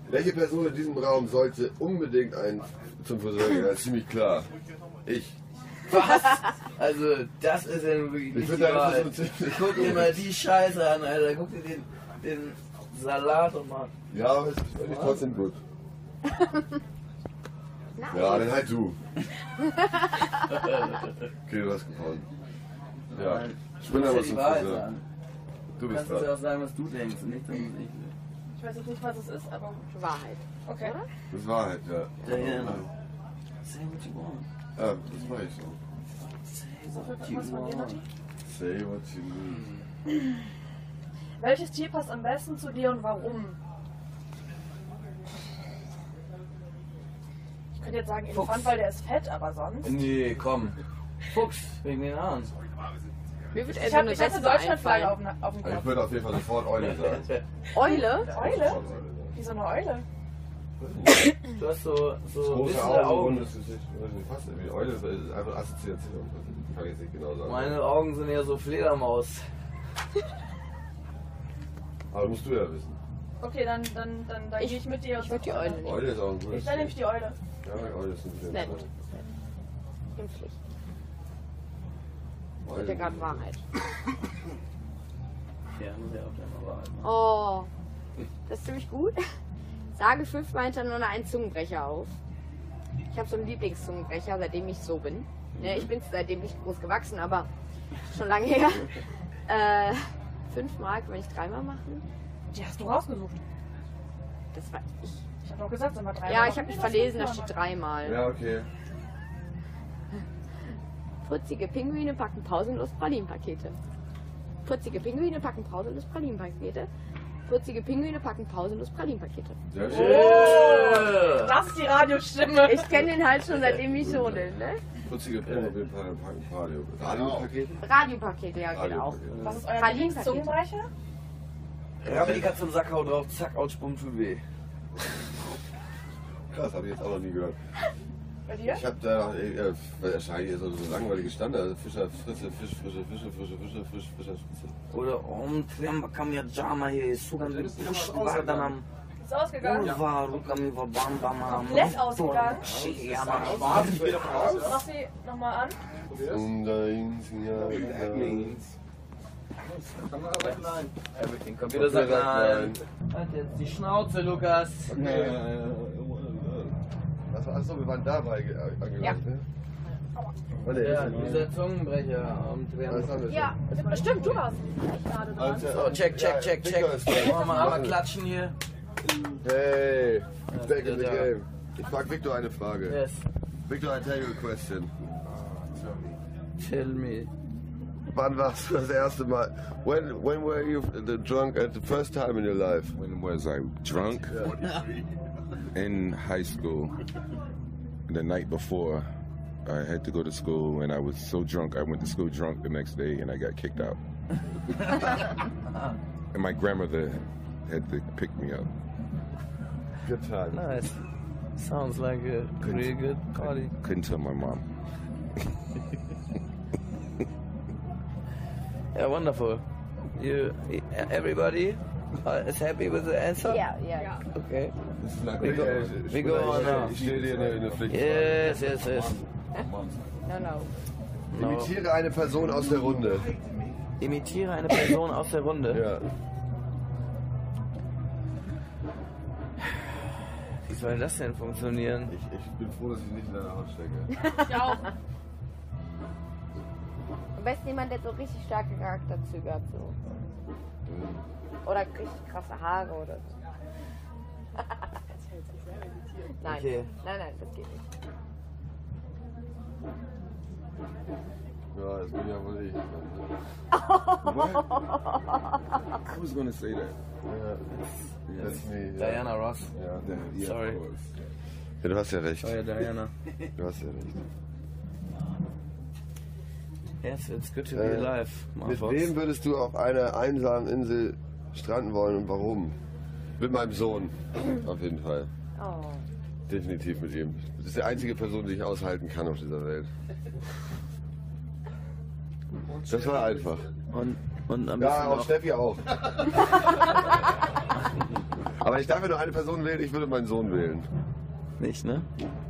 [SPEAKER 5] Welche Person in diesem Raum sollte unbedingt einen zum Friseur gehen? Das ist ziemlich klar. Ich.
[SPEAKER 2] Was? Also, das ist ja nun wirklich nicht die
[SPEAKER 5] Ich finde, das ist
[SPEAKER 2] Wahrheit.
[SPEAKER 5] so ziemlich
[SPEAKER 2] Guck dir mal die Scheiße an, Alter. Guck dir den, den Salat doch mal.
[SPEAKER 5] Ja, aber es finde ich trotzdem gut. Ja, dann halt du. Okay, du hast gewonnen. Ja, ich bin
[SPEAKER 2] Das
[SPEAKER 5] aber
[SPEAKER 2] ist ja
[SPEAKER 5] zum
[SPEAKER 2] die Wahrheit.
[SPEAKER 5] Friseur.
[SPEAKER 2] Mann.
[SPEAKER 5] Du
[SPEAKER 2] Du
[SPEAKER 5] bist
[SPEAKER 2] kannst uns ja
[SPEAKER 5] dran.
[SPEAKER 2] auch sagen, was du denkst und nicht, was ich
[SPEAKER 6] Ich weiß jetzt nicht, was es ist, aber gut.
[SPEAKER 9] Wahrheit.
[SPEAKER 6] Okay.
[SPEAKER 5] Das war halt, ja. genau.
[SPEAKER 2] Diana. Say what you want.
[SPEAKER 5] Ja, das war ich so.
[SPEAKER 2] Say what you want.
[SPEAKER 5] Say what you need.
[SPEAKER 6] Welches Tier passt am besten zu dir und warum? Ich könnte jetzt sagen Elefant, weil der ist fett, aber sonst.
[SPEAKER 2] Nee, komm. Fuchs, wegen den Haaren.
[SPEAKER 9] Mir wird
[SPEAKER 6] Ich
[SPEAKER 9] also
[SPEAKER 6] habe
[SPEAKER 9] eine
[SPEAKER 6] ich hatte
[SPEAKER 9] bessere
[SPEAKER 6] Deutschlandflagge auf,
[SPEAKER 9] einfallen.
[SPEAKER 6] dem- auf dem
[SPEAKER 5] Also ich
[SPEAKER 6] Kopf.
[SPEAKER 5] würde auf jeden Fall sofort Eule sagen.
[SPEAKER 9] Eule?
[SPEAKER 6] Eule? Wie so eine Eule?
[SPEAKER 2] Du hast so, so
[SPEAKER 5] Große
[SPEAKER 2] wissende
[SPEAKER 5] Augen,
[SPEAKER 2] Augen.
[SPEAKER 5] rundes Gesicht. Weiß nicht, Fast irgendwie. Eule ist einfach Assoziation. Kann ich jetzt nicht genau sagen.
[SPEAKER 2] Meine Augen sind ja so Fledermaus.
[SPEAKER 5] Aber musst du ja wissen.
[SPEAKER 6] Okay, dann, dann, dann, dann gehe ich mit dir.
[SPEAKER 9] Ich würde die Eule nehmen.
[SPEAKER 5] Eule ist auch ein gutes
[SPEAKER 6] Dann nehme ich die Eule.
[SPEAKER 5] Tier. Ja, Eule ist ein gutes
[SPEAKER 9] Nett.
[SPEAKER 5] Tier.
[SPEAKER 9] Impflich. Ich
[SPEAKER 5] Eule
[SPEAKER 9] hatte gerade Wahrheit.
[SPEAKER 2] Ja, muss ja auch gleich mal warten.
[SPEAKER 9] Oh. Das ist ziemlich gut. Sage fünfmal hintereinander einen Zungenbrecher auf. Ich habe so einen Lieblingszungenbrecher, seitdem ich so bin. Ne, ich bin seitdem nicht groß gewachsen, aber schon lange her. Äh, fünfmal kann ich dreimal machen.
[SPEAKER 6] Die hast du rausgesucht.
[SPEAKER 9] Das war ich.
[SPEAKER 6] Ich habe doch gesagt, sind wir drei.
[SPEAKER 9] Ja, ich habe mich verlesen, da steht dreimal.
[SPEAKER 5] Ja, okay.
[SPEAKER 9] Putzige Pinguine packen pausenlos Pralinenpakete. Putzige Pinguine packen pausenlos Pralinenpakete. Putzige Pinguine packen pausenlos Pralinenpakete.
[SPEAKER 5] Sehr
[SPEAKER 2] Yeah.
[SPEAKER 6] Das ist die Radiostimme.
[SPEAKER 9] Ich kenne den halt schon seitdem ich so bin, ne?
[SPEAKER 5] Putzige Probe, wir packen packen Radio. Radio-Paket?
[SPEAKER 9] Radiopakete, ja, genau.
[SPEAKER 5] Radio-Paket.
[SPEAKER 6] Was ist euer
[SPEAKER 9] Berlin
[SPEAKER 6] Lieblingszungenbrecher?
[SPEAKER 2] Ja, wenn die Katze im Sack haut drauf, zack, Outspum tut weh.
[SPEAKER 5] Das habe ich jetzt auch noch nie gehört.
[SPEAKER 6] Bei dir?
[SPEAKER 5] Ich habe da, äh, wahrscheinlich ist das so langweilige Standard. Also Fischer, Frisse, Fisch, Frische, Fische, Frische, Fische, Fisch, Fischer, Frisse.
[SPEAKER 2] Oder um Tremba kam ja Jama hier, Sugan mit Push, Vardanam,
[SPEAKER 6] Ist ausgegangen.
[SPEAKER 2] Uva, Rukami, Vabam, Bam,
[SPEAKER 6] Lädt ausgegangen.
[SPEAKER 2] Shiyama,
[SPEAKER 6] Mach sie nochmal an.
[SPEAKER 5] Und eins, ja, ja.
[SPEAKER 2] Den Computer sagt nein. Halt jetzt die Schnauze, Lukas.
[SPEAKER 5] Achso, achso, wir waren dabei ge- angelangt,
[SPEAKER 9] Ja.
[SPEAKER 5] ne? Warte,
[SPEAKER 2] Ja,
[SPEAKER 5] jetzt-
[SPEAKER 2] dieser Zungenbrecher um
[SPEAKER 5] Was
[SPEAKER 2] Tremba.
[SPEAKER 5] haben wir schon?
[SPEAKER 6] Ja, stimmt, du warst nicht gerade dran.
[SPEAKER 5] Also,
[SPEAKER 2] So, check, check, check, check.
[SPEAKER 5] Dicker ist dran.
[SPEAKER 2] Wollen wir mal einmal klatschen hier?
[SPEAKER 5] Hey, back in the
[SPEAKER 2] Ja, ja.
[SPEAKER 5] game. Ich frage Victor eine Frage.
[SPEAKER 2] Yes.
[SPEAKER 5] Victor, I tell you a question.
[SPEAKER 2] Tell me.
[SPEAKER 5] Wann warst du das erste Mal? When, when were you the drunk at the first time in your life?
[SPEAKER 1] When was I drunk? In high school. The night before, I had to go to school, and I was so drunk, I went to school drunk the next day, and I got kicked out. and my grandmother had to pick me up.
[SPEAKER 5] Good time.
[SPEAKER 2] Nice. Sounds like a pretty good party.
[SPEAKER 1] Couldn't tell my mom.
[SPEAKER 2] Yeah, wonderful. You, everybody uh, is happy with the answer?
[SPEAKER 9] Ja, ja.
[SPEAKER 2] Okay.
[SPEAKER 1] This is not
[SPEAKER 2] We go- we go on now.
[SPEAKER 1] Ich stehe dir in der- in der Pflicht.
[SPEAKER 2] Yes, yes, yes.
[SPEAKER 9] No, no.
[SPEAKER 2] No.
[SPEAKER 5] Imitiere eine Person aus der Runde.
[SPEAKER 2] Imitiere eine Person aus der Runde.
[SPEAKER 5] Ja.
[SPEAKER 2] Wie soll das denn funktionieren?
[SPEAKER 5] Ich, ich bin froh, dass ich nicht in deiner Hand stecke.
[SPEAKER 6] Ich auch.
[SPEAKER 9] Am besten jemand, der so richtig starke Charakterzüge hat. So. Oder richtig krasse Haare oder so. nein.
[SPEAKER 2] Okay.
[SPEAKER 9] nein, nein, das geht nicht.
[SPEAKER 5] Ja, das bin ja wohl ich.
[SPEAKER 1] What? I was gonna say that.
[SPEAKER 5] Ja. That's me, ja.
[SPEAKER 2] Diana Ross.
[SPEAKER 5] Ja,
[SPEAKER 1] Yeah, yeah,
[SPEAKER 2] Sorry.
[SPEAKER 1] Of course.
[SPEAKER 5] Ja, du hast ja recht.
[SPEAKER 2] Euer Diana.
[SPEAKER 5] Du hast ja recht.
[SPEAKER 2] Yes, it's good to be
[SPEAKER 5] Äh,
[SPEAKER 2] alive,
[SPEAKER 5] Mit
[SPEAKER 2] Marfox.
[SPEAKER 5] wem würdest du auf einer einsamen Insel stranden wollen und warum? Mit meinem Sohn. Auf jeden Fall.
[SPEAKER 9] Oh.
[SPEAKER 5] Definitiv mit ihm. Das ist die einzige Person, die ich aushalten kann auf dieser Welt. Das war einfach.
[SPEAKER 2] Und, und am besten
[SPEAKER 5] Ja, auch
[SPEAKER 2] auch.
[SPEAKER 5] Steffi auch. Aber ich darf ja nur eine Person wählen, ich würde meinen Sohn wählen.
[SPEAKER 2] Nicht, ne?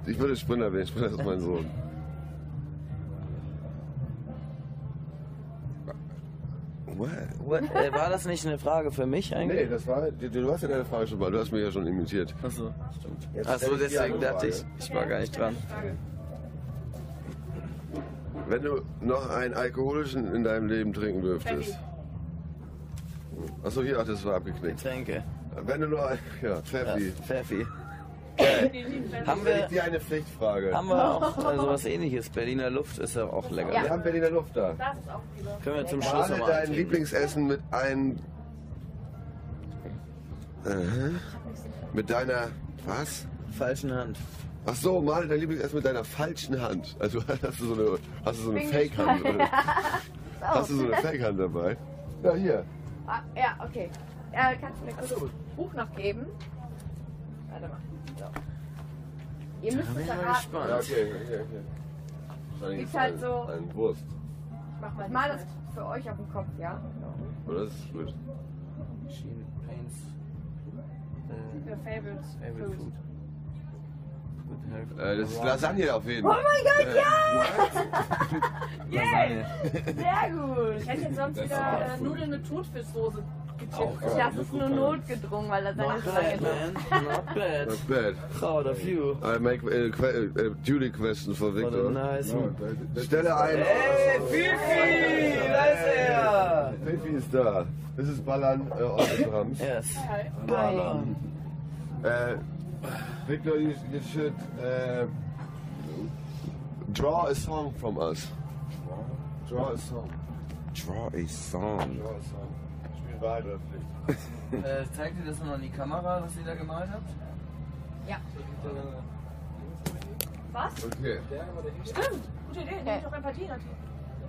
[SPEAKER 5] Ich würde Sprinter wählen, Sprinter ist mein Sohn.
[SPEAKER 1] What?
[SPEAKER 2] What, äh, war das nicht eine Frage für mich
[SPEAKER 5] Nee,
[SPEAKER 2] eigentlich?
[SPEAKER 5] das war. Du, du hast ja deine Frage schon mal, du hast mich ja schon imitiert.
[SPEAKER 2] Achso. Achso, deswegen dachte ich, ich war gar nicht dran.
[SPEAKER 5] Wenn du noch einen alkoholischen in deinem Leben trinken dürftest. Achso, hier, ach, das war abgeknickt.
[SPEAKER 2] Getränke.
[SPEAKER 5] Wenn du nur. Ja,
[SPEAKER 2] Ja,
[SPEAKER 5] Pfeffi.
[SPEAKER 2] Äh, Pfeffi. Äh, haben,
[SPEAKER 5] Stell ich
[SPEAKER 2] wir,
[SPEAKER 5] dir eine Pflichtfrage.
[SPEAKER 2] haben wir auch äh, sowas ähnliches? Berliner Luft ist ja auch lecker.
[SPEAKER 5] Wir haben Berliner Luft da.
[SPEAKER 6] Das ist auch lieber.
[SPEAKER 2] Können wir zum Schluss
[SPEAKER 5] Gerade
[SPEAKER 2] nochmal
[SPEAKER 5] dein
[SPEAKER 2] antrinken.
[SPEAKER 5] Lieblingsessen mit einem. Aha. Mit deiner. Was?
[SPEAKER 2] Falschen Hand.
[SPEAKER 5] Ach so, male dein Lieblingsessen mit deiner falschen Hand. Also hast du so eine, hast du so eine Fake-Hand. oder? Hast du so eine Fake-Hand dabei? Ja, hier.
[SPEAKER 9] Ah, ja, okay. Äh, kannst du mir kurz das Buch noch geben? Warte mal. So. Ihr müsst es
[SPEAKER 2] Ich bin mal
[SPEAKER 9] erraten.
[SPEAKER 5] Ja,
[SPEAKER 2] gespannt.
[SPEAKER 5] okay, okay, okay.
[SPEAKER 9] Ist halt so.
[SPEAKER 5] Ein Wurst.
[SPEAKER 9] Ich mach mal, mal das für euch auf den Kopf, ja?
[SPEAKER 5] Oder das ist gut.
[SPEAKER 2] Machine Paints. Äh,
[SPEAKER 6] Your favorite
[SPEAKER 2] favorite
[SPEAKER 6] food.
[SPEAKER 2] food. Good health.
[SPEAKER 5] Äh, das ist Lasagne auf jeden
[SPEAKER 9] Oh
[SPEAKER 5] Fall.
[SPEAKER 9] mein Gott, ja!
[SPEAKER 2] Lasagne.
[SPEAKER 9] Sehr gut.
[SPEAKER 6] Ich hätte jetzt sonst wieder äh, Nudeln mit Thunfischsoße getippt.
[SPEAKER 9] Das ist nur notgedrungen, weil das
[SPEAKER 2] Not bad,
[SPEAKER 9] einfach
[SPEAKER 2] man. Not bad.
[SPEAKER 5] Not bad.
[SPEAKER 2] Proud of you.
[SPEAKER 5] I make a, que- uh, a duty question for
[SPEAKER 2] What a
[SPEAKER 5] Victor.
[SPEAKER 2] nice.
[SPEAKER 5] Stelle ein.
[SPEAKER 2] Hey, Fifi! Da ist er!
[SPEAKER 5] Pfeffi ist da. Das ist Ballern äh, aus dem Rams.
[SPEAKER 2] Yes.
[SPEAKER 9] Nein.
[SPEAKER 5] Äh, Victor, you, you should äh, draw a song from us. Draw a song.
[SPEAKER 1] Draw a song.
[SPEAKER 5] Draw a song. Spiel beide Pflicht.
[SPEAKER 2] Äh, zeigt ihr das mal an die Kamera, was ihr da gemalt habt? Äh,
[SPEAKER 9] Ja.
[SPEAKER 5] Okay.
[SPEAKER 6] Stimmt. Gute Idee. Nehmt doch ein paar Tee natürlich.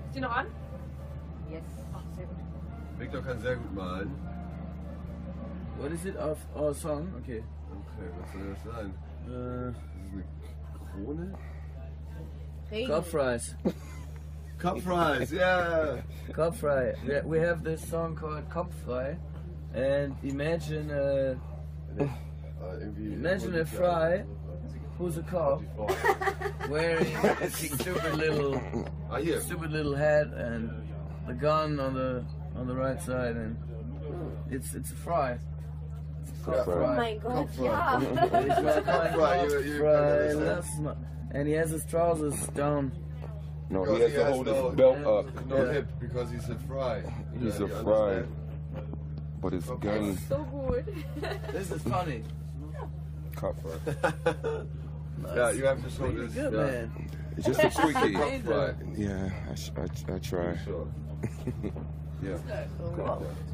[SPEAKER 6] Ist die noch an?
[SPEAKER 9] Yes. sehr gut.
[SPEAKER 5] Victor kann sehr gut malen.
[SPEAKER 2] What is it of our song? Okay.
[SPEAKER 5] Okay, was soll das sein?
[SPEAKER 2] Äh,
[SPEAKER 5] Das ist eine Krone?
[SPEAKER 9] Regen.
[SPEAKER 2] Cod fries.
[SPEAKER 5] Kopfreis, yeah!
[SPEAKER 2] Cod fry. We- We have this song called Cod fry. And imagine uh, a,
[SPEAKER 5] Äh, irgendwie-
[SPEAKER 2] imagine a fry who's a cop wearing a stupid little
[SPEAKER 5] Ah, hier.
[SPEAKER 2] stupid little hat and the gun on the on the right side and it's it's a fry. It's a cod
[SPEAKER 5] Yeah.
[SPEAKER 9] Oh
[SPEAKER 2] fry.
[SPEAKER 9] mein Gott, ja.
[SPEAKER 2] Und ich war kein
[SPEAKER 5] Fry,
[SPEAKER 2] Cod
[SPEAKER 5] you- you-
[SPEAKER 2] fry,
[SPEAKER 5] you-
[SPEAKER 2] lass mal. And he has his trousers down.
[SPEAKER 1] No,
[SPEAKER 5] Because
[SPEAKER 1] he has
[SPEAKER 5] he
[SPEAKER 1] to
[SPEAKER 5] has
[SPEAKER 1] hold
[SPEAKER 5] no-
[SPEAKER 1] his belt up,
[SPEAKER 5] No
[SPEAKER 2] Yeah.
[SPEAKER 5] hip, because he's a fry.
[SPEAKER 1] He's
[SPEAKER 5] Yeah,
[SPEAKER 1] a
[SPEAKER 5] you
[SPEAKER 1] fry.
[SPEAKER 5] understand?
[SPEAKER 1] but his gun
[SPEAKER 9] So gut.
[SPEAKER 2] This is funny.
[SPEAKER 1] cover.
[SPEAKER 5] Yeah, you have to show
[SPEAKER 2] Pretty
[SPEAKER 5] this.
[SPEAKER 2] good,
[SPEAKER 5] yeah.
[SPEAKER 2] man.
[SPEAKER 1] It's just a quickie.
[SPEAKER 5] Cup fry.
[SPEAKER 1] Yeah, I, sh- I, I try.
[SPEAKER 5] Sure. Yeah.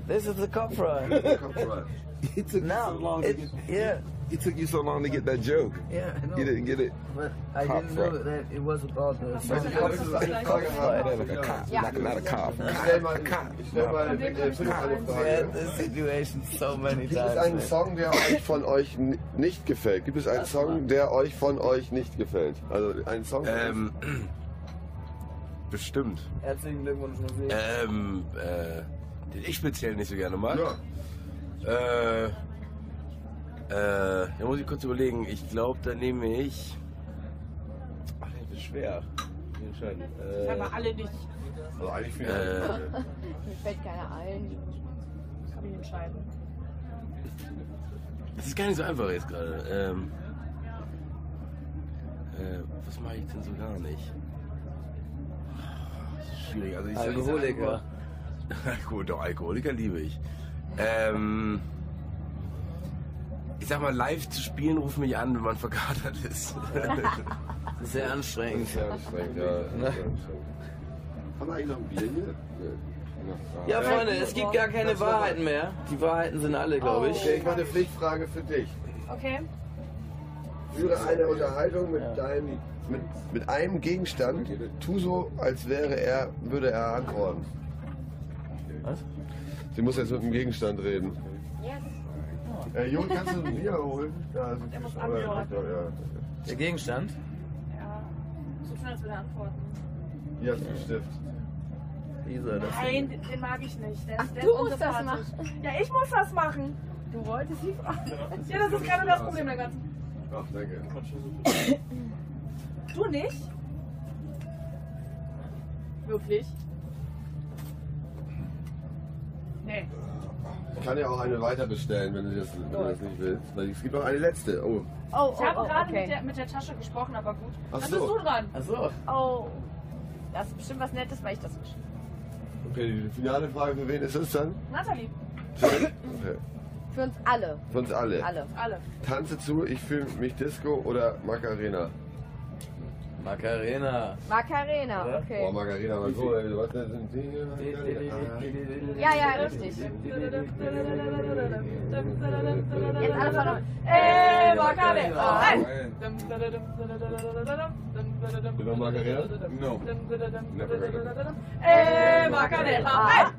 [SPEAKER 2] This is the cop fry.
[SPEAKER 5] Cup fry.
[SPEAKER 1] It took
[SPEAKER 2] Now, it, yeah,
[SPEAKER 1] It took you so long to get that joke.
[SPEAKER 2] yeah, I know.
[SPEAKER 1] You didn't get it.
[SPEAKER 2] But I
[SPEAKER 1] Cop
[SPEAKER 2] didn't
[SPEAKER 1] fry.
[SPEAKER 2] know that it was about the
[SPEAKER 5] Also,
[SPEAKER 2] song.
[SPEAKER 5] ich habe jetzt eine Frage
[SPEAKER 1] Yeah,
[SPEAKER 5] gehabt.
[SPEAKER 1] like a cop,
[SPEAKER 9] Yeah.
[SPEAKER 1] like not a cop.
[SPEAKER 5] Ich stell mal, ich stell mal eine
[SPEAKER 2] Yeah,
[SPEAKER 5] Frage.
[SPEAKER 2] this situation so many
[SPEAKER 5] Gibt es einen
[SPEAKER 2] times.
[SPEAKER 5] Song, der euch von euch n- nicht gefällt? Gibt es einen Song, der euch von euch nicht gefällt? Also einen Song.
[SPEAKER 1] Ähm, Bestimmt.
[SPEAKER 2] Herzlichen Glückwunsch, Musik.
[SPEAKER 1] Ähm, äh, den ich speziell nicht so gerne mag. Äh, äh, da muss ich kurz überlegen. Ich glaube, da nehme ich. Ach, das ist schwer. Ich entscheiden. Äh,
[SPEAKER 3] Aber alle nicht.
[SPEAKER 1] also eigentlich äh,
[SPEAKER 4] Mir fällt keiner ein.
[SPEAKER 3] Kann ich entscheiden.
[SPEAKER 1] Das ist gar nicht so einfach jetzt gerade. Ähm, äh, was mache ich denn so gar nicht? Das ist schwierig. Also ich sag- ich sag
[SPEAKER 2] Alkoholiker.
[SPEAKER 1] immer- Alkohol, doch, Alkoholiker liebe ich. Ähm, ich sag mal, live zu spielen ruft mich an, wenn man verkatert ist.
[SPEAKER 2] Sehr anstrengend.
[SPEAKER 10] Haben wir eigentlich noch ein Bier hier?
[SPEAKER 2] Ja, Freunde, es gibt gar keine Wahrheiten mehr. Die Wahrheiten sind alle, glaube ich.
[SPEAKER 5] Ah, Okay, ich mache eine Pflichtfrage für dich.
[SPEAKER 3] Okay.
[SPEAKER 5] Führe eine Unterhaltung mit deinem, mit, mit einem Gegenstand. Tu so, als wäre er, würde er antworten.
[SPEAKER 2] Was?
[SPEAKER 1] Sie muss jetzt mit dem Gegenstand reden.
[SPEAKER 5] Äh, Jun, kannst du ein Bier holen? Ja, das ist ja.
[SPEAKER 2] Der Gegenstand?
[SPEAKER 3] Ja. So tun, als würde er antworten.
[SPEAKER 5] Hier hast du einen Stift.
[SPEAKER 2] Dieser, das
[SPEAKER 3] Nein, den, den mag ich nicht. Der, ist- der
[SPEAKER 4] du
[SPEAKER 3] ist
[SPEAKER 4] musst das
[SPEAKER 3] unsympathisch. Ja, ich muss das machen. Du wolltest sie fragen. Ja, das ist gerade das Problem der ganzen.
[SPEAKER 5] Ach, danke.
[SPEAKER 3] Du nicht?
[SPEAKER 4] Oh,
[SPEAKER 3] Wirklich? Nee.
[SPEAKER 5] Ich kann ja auch eine weiter bestellen, wenn du das, wenn du das nicht willst. Weil es gibt noch eine letzte. Oh.
[SPEAKER 3] Ich
[SPEAKER 4] Oh, oh,
[SPEAKER 3] habe
[SPEAKER 4] oh
[SPEAKER 3] gerade mit,
[SPEAKER 4] okay.
[SPEAKER 3] der, mit der Tasche gesprochen, aber gut.
[SPEAKER 5] Ach
[SPEAKER 3] Dann
[SPEAKER 5] so.
[SPEAKER 3] bist du dran.
[SPEAKER 2] Achso.
[SPEAKER 4] Oh. Das ist bestimmt was Nettes, weil ich das geschrieben
[SPEAKER 5] Okay, die finale Frage für wen ist es dann?
[SPEAKER 3] Nathalie,
[SPEAKER 5] Okay.
[SPEAKER 4] habe. Für uns alle.
[SPEAKER 5] Für uns alle.
[SPEAKER 4] Alle.
[SPEAKER 3] alle.
[SPEAKER 5] Tanze zu, ich fühle mich Disco oder Macarena.
[SPEAKER 2] Macarena.
[SPEAKER 4] Macarena,
[SPEAKER 5] Boah,
[SPEAKER 4] okay.
[SPEAKER 5] Macarena, mal so, ey. Was sind die hier?
[SPEAKER 4] Ja, ja, richtig. Jetzt alle von uns. Ey, Macarena. Nein.
[SPEAKER 5] Über Macarena?
[SPEAKER 10] No.
[SPEAKER 3] Ey,
[SPEAKER 4] Äh,
[SPEAKER 3] Macarena. Nein!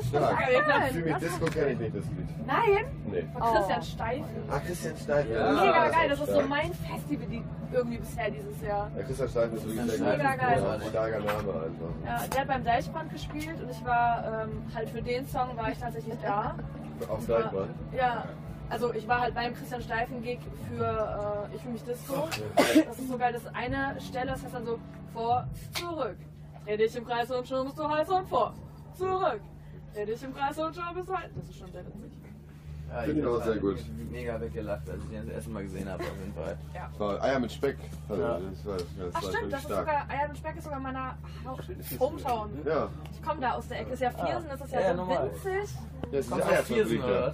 [SPEAKER 5] Stark. Ich
[SPEAKER 3] Nein!
[SPEAKER 5] fühle genau. mich Disco, kenne ich nicht das Lied.
[SPEAKER 3] Nein!
[SPEAKER 5] Nee.
[SPEAKER 3] Von Christian Steifen.
[SPEAKER 5] Ach, Christian Steifen. Ja,
[SPEAKER 3] Mega geil, das ist so mein Festival die irgendwie bisher dieses Jahr.
[SPEAKER 5] Ja, Christian Steifen ist wirklich sehr
[SPEAKER 2] Steifen.
[SPEAKER 5] gut.
[SPEAKER 3] Mega geil.
[SPEAKER 5] Ja, Starker Name einfach.
[SPEAKER 3] Ja, der hat beim Deichbrand gespielt und ich war ähm, halt für den Song war ich tatsächlich da.
[SPEAKER 5] Auf gleich mal.
[SPEAKER 3] Ja, also ich war halt beim Christian Steifen Gig für äh, Ich fühle mich Disco. Das ist so geil, das ist eine Stelle, das heißt dann so vor, zurück. Dreh dich im Kreis und schon bist du heiß und vor, zurück. Dreh dich im Kreis und schon bist du heiß. Das ist schon sehr witzig.
[SPEAKER 2] Ja,
[SPEAKER 5] Finde ich auch sehr gut.
[SPEAKER 2] Mega weggelacht, als ich den das erste Mal gesehen habe, auf jeden Fall.
[SPEAKER 5] War Eier mit Speck. Also,
[SPEAKER 2] Ja.
[SPEAKER 5] Das war, das war
[SPEAKER 3] Ach stimmt,
[SPEAKER 5] wirklich
[SPEAKER 3] das ist
[SPEAKER 5] stark.
[SPEAKER 3] sogar, Eier und Speck ist sogar meiner Hau- Hometown.
[SPEAKER 5] ja,
[SPEAKER 3] Ich komme da aus der Ecke, ist ja Viersen, das ist ja,
[SPEAKER 2] Ah. Ja,
[SPEAKER 3] so
[SPEAKER 2] normal.
[SPEAKER 3] winzig.
[SPEAKER 5] das
[SPEAKER 2] Kommst
[SPEAKER 5] ist die
[SPEAKER 2] du auf Viersen
[SPEAKER 5] Eierfabrik
[SPEAKER 2] oder
[SPEAKER 5] da.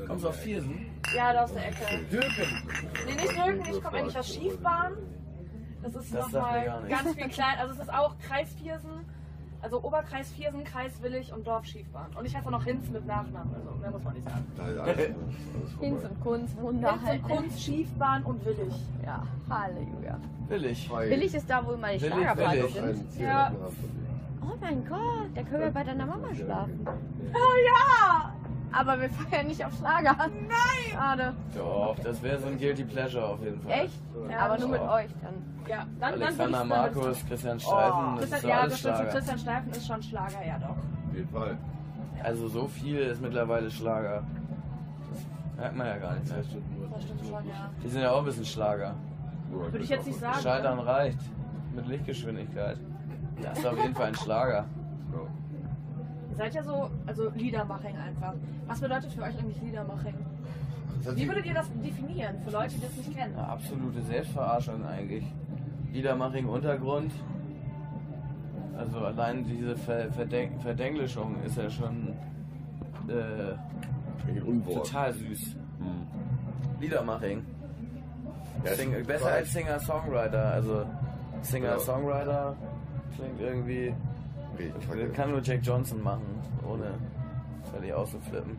[SPEAKER 2] was? Kommst du auf Viersen?
[SPEAKER 3] Ja, da aus der Ecke. Dürken. Nee, nicht Dürken, ich komme eigentlich aus Schiefbahn. Das ist
[SPEAKER 2] Das sagt mir gar
[SPEAKER 3] nochmal
[SPEAKER 2] nichts.
[SPEAKER 3] ganz viel klein. Also es ist auch Kreis Viersen, also Oberkreis Viersen, Kreis Willig und Dorf Schiefbahn. Und ich heiße noch Hinz mit Nachnamen, also mehr muss man nicht sagen.
[SPEAKER 5] Da ist alles- alles
[SPEAKER 4] Hinz
[SPEAKER 5] vorbei.
[SPEAKER 4] und Kunz, Wunder
[SPEAKER 3] Hinz
[SPEAKER 4] halt.
[SPEAKER 3] und Kunz, Schiefbahn und Willig.
[SPEAKER 4] Ja, Halleluja.
[SPEAKER 2] Billig.
[SPEAKER 5] Zwei-
[SPEAKER 11] Billig ist da, wo immer die
[SPEAKER 2] Billig,
[SPEAKER 11] Schlagerpartys
[SPEAKER 2] billig.
[SPEAKER 11] sind.
[SPEAKER 5] ein Ziel
[SPEAKER 3] Ja.
[SPEAKER 5] hatten haben.
[SPEAKER 11] Oh mein Gott, da können wir bei deiner Mama schlafen.
[SPEAKER 4] Aber wir feiern nicht auf Schlager. Nein! Schade.
[SPEAKER 2] Doch, das wäre so ein Guilty Pleasure auf jeden Fall.
[SPEAKER 11] Echt?
[SPEAKER 3] Ja.
[SPEAKER 11] Aber nur mit euch dann.
[SPEAKER 3] Ja, dann, dann
[SPEAKER 2] Alexander
[SPEAKER 3] würd ich's- dann würd ich's-
[SPEAKER 2] Markus, Christian Steifen, das ist
[SPEAKER 3] Oh, Christian,
[SPEAKER 2] so
[SPEAKER 3] ja,
[SPEAKER 2] alles
[SPEAKER 3] das stimmt schon.
[SPEAKER 2] Schlager.
[SPEAKER 3] Christian Steifen ist schon Schlager, ja doch.
[SPEAKER 5] Auf jeden Fall.
[SPEAKER 2] Also so viel ist mittlerweile Schlager. Das merkt man ja gar nicht mehr.
[SPEAKER 3] Das stimmt schon, ja. genau.
[SPEAKER 2] Die sind ja auch ein bisschen Schlager.
[SPEAKER 3] Würde ich jetzt nicht sagen.
[SPEAKER 2] Scheitern reicht. Mit Lichtgeschwindigkeit. Das ist auf jeden Fall ein Schlager.
[SPEAKER 3] Ihr seid ja so, also Liedermaching einfach. Was bedeutet für euch eigentlich Liedermaching?
[SPEAKER 5] Das hat
[SPEAKER 3] Wie
[SPEAKER 5] Also die-
[SPEAKER 3] würdet ihr das definieren für Leute, die das nicht kennen?
[SPEAKER 2] Eine absolute Selbstverarschung eigentlich. Liedermaching Untergrund. Also allein diese Ver Verden Verdenglischung ist ja schon äh,
[SPEAKER 5] Ein Unwort.
[SPEAKER 2] total süß. Hm. Liedermaching.
[SPEAKER 5] Ja,
[SPEAKER 2] Sing
[SPEAKER 5] ist-
[SPEAKER 2] besser als Singer-Songwriter. Also Singer-Songwriter klingt irgendwie.
[SPEAKER 5] Nee, ich
[SPEAKER 2] Das
[SPEAKER 5] fand-
[SPEAKER 2] kann nur Jack Johnson machen, ohne völlig auszuflippen.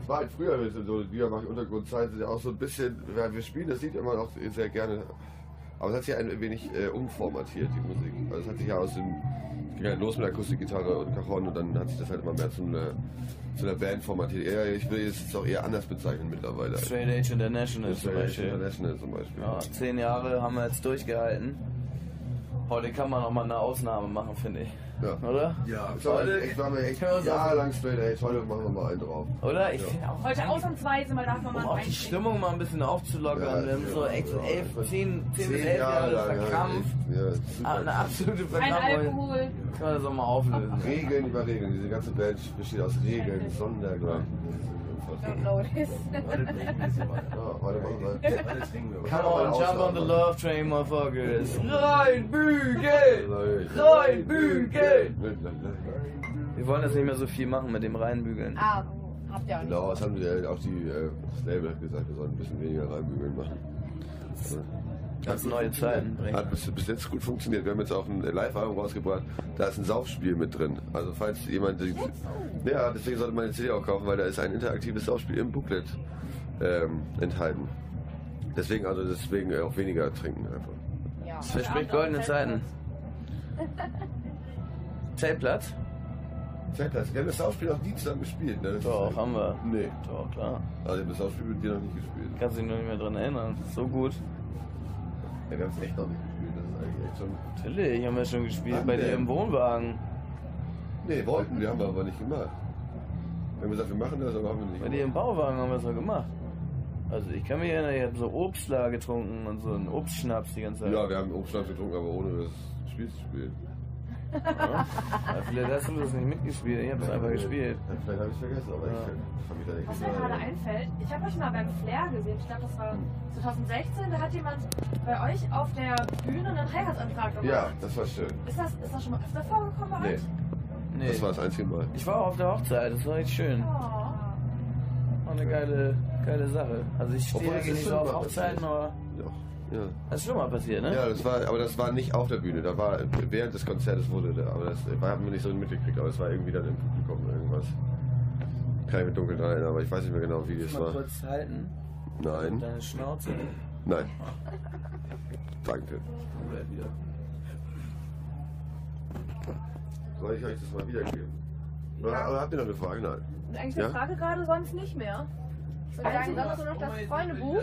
[SPEAKER 5] Es war halt früher mit so Lieder mache ich Untergrundzeit sind ja auch so ein bisschen, weil wir spielen das Lied immer noch sehr gerne. Aber es hat sich ein wenig äh, umformatiert, die Musik. Also es hat sich ja aus dem. Es ging halt los mit Akustikgitarre und Cajon und dann hat sich das halt immer mehr zu einer, zu einer Band formatiert. Eher, ich will es jetzt auch eher anders bezeichnen mittlerweile.
[SPEAKER 2] Straight Age International zum
[SPEAKER 5] Straight Edge
[SPEAKER 2] Beispiel.
[SPEAKER 5] International zum Beispiel.
[SPEAKER 2] Ja, zehn Jahre haben wir jetzt durchgehalten. Heute kann man auch mal eine Ausnahme machen, finde ich.
[SPEAKER 5] Ja.
[SPEAKER 2] Oder?
[SPEAKER 5] Ja, ich war,
[SPEAKER 2] Heute-
[SPEAKER 5] ich war mir echt
[SPEAKER 2] Können wir uns
[SPEAKER 5] jahrelang straight edge. Heute machen wir mal einen drauf.
[SPEAKER 2] Oder? Ich finde auch.
[SPEAKER 6] Heute
[SPEAKER 2] eigentlich,
[SPEAKER 6] ausnahmsweise mal darf man
[SPEAKER 2] um
[SPEAKER 6] mal
[SPEAKER 2] auch die
[SPEAKER 6] reinstecken.
[SPEAKER 2] Stimmung mal ein bisschen aufzulockern.
[SPEAKER 5] Ja,
[SPEAKER 2] wir haben so
[SPEAKER 5] ja,
[SPEAKER 2] echt
[SPEAKER 5] ja.
[SPEAKER 2] 11, 10, 10 bis 11 Jahre verkrampft. Ah,
[SPEAKER 5] Ja, super.
[SPEAKER 2] Eine absolute
[SPEAKER 6] Kein
[SPEAKER 2] Verkrampfung.
[SPEAKER 6] Alkohol.
[SPEAKER 2] Kann man das auch mal auflösen.
[SPEAKER 5] Regeln über Regeln. Diese ganze Band besteht aus Regeln, Sondergleichen.
[SPEAKER 6] Don't know this.
[SPEAKER 5] Ja, heute machen wir.
[SPEAKER 2] Come
[SPEAKER 5] auch
[SPEAKER 2] on, jump on
[SPEAKER 5] mal Ausnahmen
[SPEAKER 2] the
[SPEAKER 5] machen.
[SPEAKER 2] love train, motherfuckers. Rein, Bügel! Reinbügeln! Wir wollen das nicht mehr so viel machen mit dem Reinbügeln.
[SPEAKER 12] Ah, habt ihr auch nicht.
[SPEAKER 5] Genau, das haben wir auch die äh, das Label hat gesagt, wir sollen ein bisschen weniger reinbügeln machen.
[SPEAKER 2] Ganz neue Zeiten bringen.
[SPEAKER 5] Hat bis, bis jetzt gut funktioniert. Wir haben jetzt auch ein Live-Album rausgebracht. Da ist ein Saufspiel mit drin. Also falls jemand... Ja, deswegen sollte man die CD auch kaufen, weil da ist ein interaktives Saufspiel im Booklet ähm, enthalten. Deswegen also deswegen auch weniger trinken einfach.
[SPEAKER 12] Ja.
[SPEAKER 2] Es verspricht goldene Zeiten. Zeltplatz?
[SPEAKER 5] Zeig das. Wir haben das Saufspiel auch nie zusammen gespielt. Ne? Das ist-
[SPEAKER 2] Doch, haben wir.
[SPEAKER 5] Nee.
[SPEAKER 2] Doch, klar.
[SPEAKER 5] Also wir haben das Saufspiel mit dir noch nicht gespielt.
[SPEAKER 2] Kannst dich nur nicht mehr dran erinnern. So gut.
[SPEAKER 5] Ja, wir haben es echt noch nicht gespielt. Das ist eigentlich echt schon...
[SPEAKER 2] Natürlich, haben wir schon gespielt
[SPEAKER 5] Wann
[SPEAKER 2] bei dir
[SPEAKER 5] denn?
[SPEAKER 2] im Wohnwagen.
[SPEAKER 5] Nee, wollten wir, haben wir aber nicht gemacht. Wir haben gesagt, wir machen das, aber haben wir nicht
[SPEAKER 2] Bei dir im
[SPEAKER 5] gemacht.
[SPEAKER 2] Bauwagen haben wir es doch gemacht. Also ich kann mich erinnern, ich habe so Obstler getrunken und so einen Obstschnaps die ganze Zeit.
[SPEAKER 5] Ja, wir haben Obstschnaps getrunken, aber ohne das Spiel zu spielen. genau.
[SPEAKER 2] Ja, Vielleicht hast du das nicht mitgespielt, ich habe es einfach gespielt.
[SPEAKER 5] Ja, vielleicht habe ich es vergessen, aber
[SPEAKER 2] Ja.
[SPEAKER 5] ich habe mich da nicht
[SPEAKER 6] Was mir gerade einfällt, ich habe euch mal beim Flair gesehen, ich glaube das war 2016, da hat jemand bei euch auf der Bühne einen Heiratsantrag gemacht.
[SPEAKER 5] Ja, das war schön.
[SPEAKER 6] Ist das, ist das schon mal öfter vorgekommen bei
[SPEAKER 5] Nee,
[SPEAKER 6] euch?
[SPEAKER 2] Nee.
[SPEAKER 5] das war das einzige Mal.
[SPEAKER 2] Ich war auch auf der Hochzeit, das war echt schön.
[SPEAKER 6] Oh.
[SPEAKER 2] War eine geile, geile Sache. Also ich stehe
[SPEAKER 5] Obwohl, das
[SPEAKER 2] eigentlich
[SPEAKER 5] ist
[SPEAKER 2] nicht so
[SPEAKER 5] schon
[SPEAKER 2] auf
[SPEAKER 5] mal
[SPEAKER 2] Hochzeiten,
[SPEAKER 5] passiert.
[SPEAKER 2] aber
[SPEAKER 5] Doch. Ja.
[SPEAKER 2] das ist schon mal passiert, ne?
[SPEAKER 5] ja, das war, aber das war nicht auf der Bühne. Da war während des Konzertes wurde, da, aber das war, haben wir nicht so mitgekriegt. Aber es war irgendwie dann im Publikum irgendwas. Kann ich mir dunkel dran erinnern, aber ich weiß nicht mehr genau, wie das
[SPEAKER 2] Mal
[SPEAKER 5] war.
[SPEAKER 2] kurz halten,
[SPEAKER 5] Nein,
[SPEAKER 2] deine Schnauze.
[SPEAKER 5] nein. Danke.
[SPEAKER 2] Oder wieder.
[SPEAKER 5] Soll ich euch das mal wiedergeben? Oder, oder habt ihr noch eine Frage? Nein.
[SPEAKER 6] Und eigentlich
[SPEAKER 5] Ja?
[SPEAKER 6] die Frage gerade sonst nicht mehr.
[SPEAKER 12] Ich würde sagen, dann
[SPEAKER 6] Also
[SPEAKER 12] hast du noch das Freundebuch.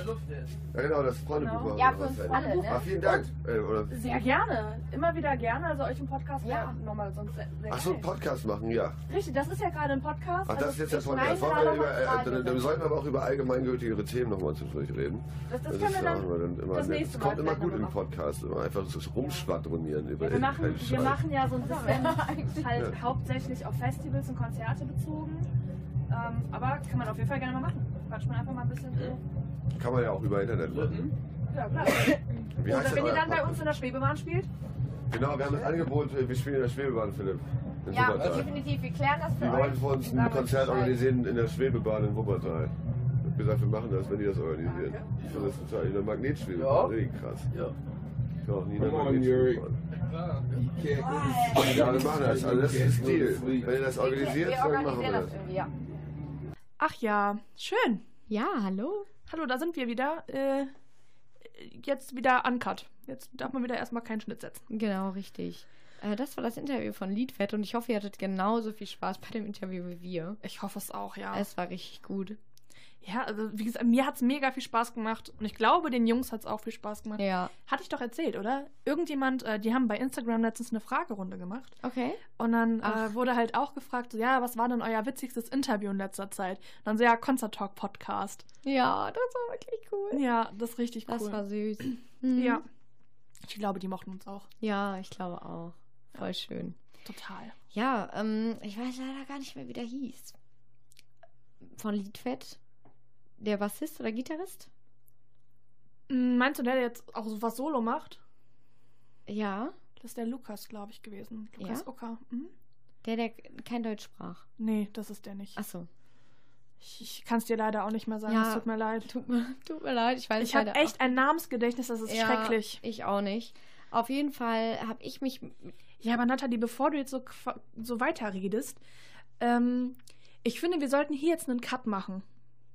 [SPEAKER 5] Ja, genau, das Freundebuch
[SPEAKER 6] Genau.
[SPEAKER 5] war.
[SPEAKER 12] Ja,
[SPEAKER 5] war
[SPEAKER 12] für uns
[SPEAKER 5] das.
[SPEAKER 12] alle, ne?
[SPEAKER 5] Ah, vielen Dank. Äh, oder,
[SPEAKER 6] Sehr gerne. Immer wieder gerne. Also euch im Podcast
[SPEAKER 12] Ja.
[SPEAKER 6] ja. nochmal sonst sehr, sehr
[SPEAKER 5] ach so, einen
[SPEAKER 6] geil.
[SPEAKER 5] Podcast machen, ja.
[SPEAKER 6] Richtig, das ist ja gerade ein Podcast.
[SPEAKER 5] Ach, das ist
[SPEAKER 6] also
[SPEAKER 5] jetzt der
[SPEAKER 6] ich
[SPEAKER 5] Podcast.
[SPEAKER 6] schneide
[SPEAKER 5] Wollen
[SPEAKER 6] da
[SPEAKER 5] wir
[SPEAKER 6] noch
[SPEAKER 5] über,
[SPEAKER 6] mal
[SPEAKER 5] äh,
[SPEAKER 6] Radio
[SPEAKER 5] dann, dann
[SPEAKER 6] mit.
[SPEAKER 5] sollten wir aber auch über allgemeingültigere Themen nochmal zwischendurch reden.
[SPEAKER 6] Das, das können wir
[SPEAKER 5] ja
[SPEAKER 6] dann.
[SPEAKER 5] immer dann immer
[SPEAKER 6] das
[SPEAKER 5] nett.
[SPEAKER 6] nächste Mal
[SPEAKER 5] kommt immer
[SPEAKER 6] vielleicht
[SPEAKER 5] gut
[SPEAKER 6] noch
[SPEAKER 5] im
[SPEAKER 6] mal.
[SPEAKER 5] Podcast. Immer einfach so rumschwadronieren über
[SPEAKER 6] Also Wir machen,
[SPEAKER 5] irgendeinen
[SPEAKER 6] wir
[SPEAKER 5] Scheiß.
[SPEAKER 6] machen ja so ein bisschen halt
[SPEAKER 5] Ja.
[SPEAKER 6] hauptsächlich auf Festivals und Konzerte bezogen. Ähm, aber kann man auf jeden Fall gerne mal machen. Quatscht man einfach mal ein bisschen so.
[SPEAKER 5] Kann man ja auch über Internet machen.
[SPEAKER 6] Ja, klar.
[SPEAKER 5] Wie heißt
[SPEAKER 6] Mhm. Oder
[SPEAKER 5] denn
[SPEAKER 6] wenn ihr
[SPEAKER 5] euer
[SPEAKER 6] dann bei
[SPEAKER 5] Podcast?
[SPEAKER 6] uns in der Schwebebahn spielt,
[SPEAKER 5] Genau, wir haben das Angebot, äh, wir spielen in der Schwebebahn, Philipp. In
[SPEAKER 12] Ja,
[SPEAKER 5] Wuppertal.
[SPEAKER 12] definitiv. Wir klären das für
[SPEAKER 5] Wir
[SPEAKER 12] euch.
[SPEAKER 5] wollen für uns ein
[SPEAKER 12] Sagen wir
[SPEAKER 5] Konzert
[SPEAKER 12] Bescheid.
[SPEAKER 5] organisieren in der Schwebebahn in Wuppertal. Ich hab gesagt, wir machen das, wenn die das organisieren. Das ist total in der Magnetschwebebahn.
[SPEAKER 2] Ja.
[SPEAKER 5] Richtig krass.
[SPEAKER 2] Ja.
[SPEAKER 5] Ich war noch nie in der
[SPEAKER 13] Come on, Juri.
[SPEAKER 5] Magnetschwebebahn. Ja, wir machen das. Also das ist ein Deal. Wenn ihr das organisiert,
[SPEAKER 12] wir
[SPEAKER 5] dann machen wir
[SPEAKER 12] organisieren
[SPEAKER 5] das.
[SPEAKER 12] das irgendwie, ja.
[SPEAKER 3] Ach ja, schön.
[SPEAKER 4] Ja, hallo?
[SPEAKER 3] Hallo, da sind wir wieder. Äh, jetzt wieder uncut. Jetzt darf man wieder erstmal keinen Schnitt setzen.
[SPEAKER 4] Genau, richtig. Äh, das war das Interview von Liedwett und ich hoffe, ihr hattet genauso viel Spaß bei dem Interview wie wir.
[SPEAKER 3] Ich hoffe es auch, ja.
[SPEAKER 4] Es war richtig gut.
[SPEAKER 3] ja, also wie gesagt, mir hat es mega viel Spaß gemacht und ich glaube, den Jungs hat es auch viel Spaß gemacht.
[SPEAKER 4] Ja.
[SPEAKER 3] Hatte ich doch erzählt, oder? Irgendjemand, äh, die haben bei Instagram letztens eine Fragerunde gemacht.
[SPEAKER 4] Okay.
[SPEAKER 3] Und dann
[SPEAKER 4] Ach.
[SPEAKER 3] äh, wurde halt auch gefragt, so, ja, was war denn euer witzigstes Interview in letzter Zeit? Und dann so, ja, Concert Talk Podcast.
[SPEAKER 4] Ja, das war wirklich cool.
[SPEAKER 3] Ja, das ist richtig cool.
[SPEAKER 4] Das war süß. Mhm.
[SPEAKER 3] ja. Ich glaube, die mochten uns auch.
[SPEAKER 4] Ja, ich glaube auch. Voll schön.
[SPEAKER 3] Total.
[SPEAKER 4] Ja, ähm, ich weiß leider gar nicht mehr, wie der hieß. Von Liedfett. Der Bassist oder Gitarrist?
[SPEAKER 3] Mm, Meinst du, der der jetzt auch so was Solo macht?
[SPEAKER 4] Ja.
[SPEAKER 3] Das ist der Lukas, glaube ich, gewesen. Lukas
[SPEAKER 4] Ja?
[SPEAKER 3] Ucker. Mhm.
[SPEAKER 4] Der, der kein Deutsch sprach.
[SPEAKER 3] Nee, das ist der nicht.
[SPEAKER 4] Achso.
[SPEAKER 3] Ich, ich kann es dir leider auch nicht mehr sagen.
[SPEAKER 4] Ja.
[SPEAKER 3] Es tut mir leid.
[SPEAKER 4] Tut mir, tut mir leid, ich weiß
[SPEAKER 3] Ich habe
[SPEAKER 4] leider
[SPEAKER 3] echt ein Namensgedächtnis, das ist
[SPEAKER 4] Ja,
[SPEAKER 3] schrecklich.
[SPEAKER 4] Ich auch nicht. Auf jeden Fall habe ich mich.
[SPEAKER 3] Ja, aber Nathalie, bevor du jetzt so, qua- so weiterredest, ähm, ich finde, wir sollten hier jetzt einen Cut machen.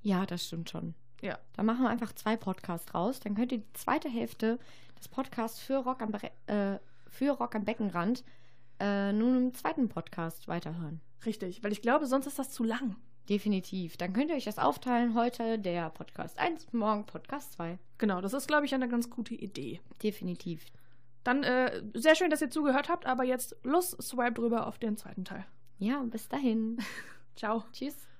[SPEAKER 4] Ja, das stimmt schon.
[SPEAKER 3] Ja.
[SPEAKER 4] Dann machen wir einfach zwei Podcasts raus. Dann könnt ihr die zweite Hälfte des Podcasts für Rock am, Bre äh, für Rock am Beckenrand äh, nun im zweiten Podcast weiterhören.
[SPEAKER 3] Richtig, weil ich glaube, sonst ist das zu lang.
[SPEAKER 4] Definitiv. Dann könnt ihr euch das aufteilen. Heute der Podcast 1, morgen Podcast 2.
[SPEAKER 3] Genau, das ist, glaube ich, eine ganz gute Idee.
[SPEAKER 4] Definitiv.
[SPEAKER 3] Dann äh, sehr schön, dass ihr zugehört habt, aber jetzt los, swipe drüber auf den zweiten Teil.
[SPEAKER 4] Ja, bis dahin.
[SPEAKER 3] Ciao.
[SPEAKER 4] Tschüss.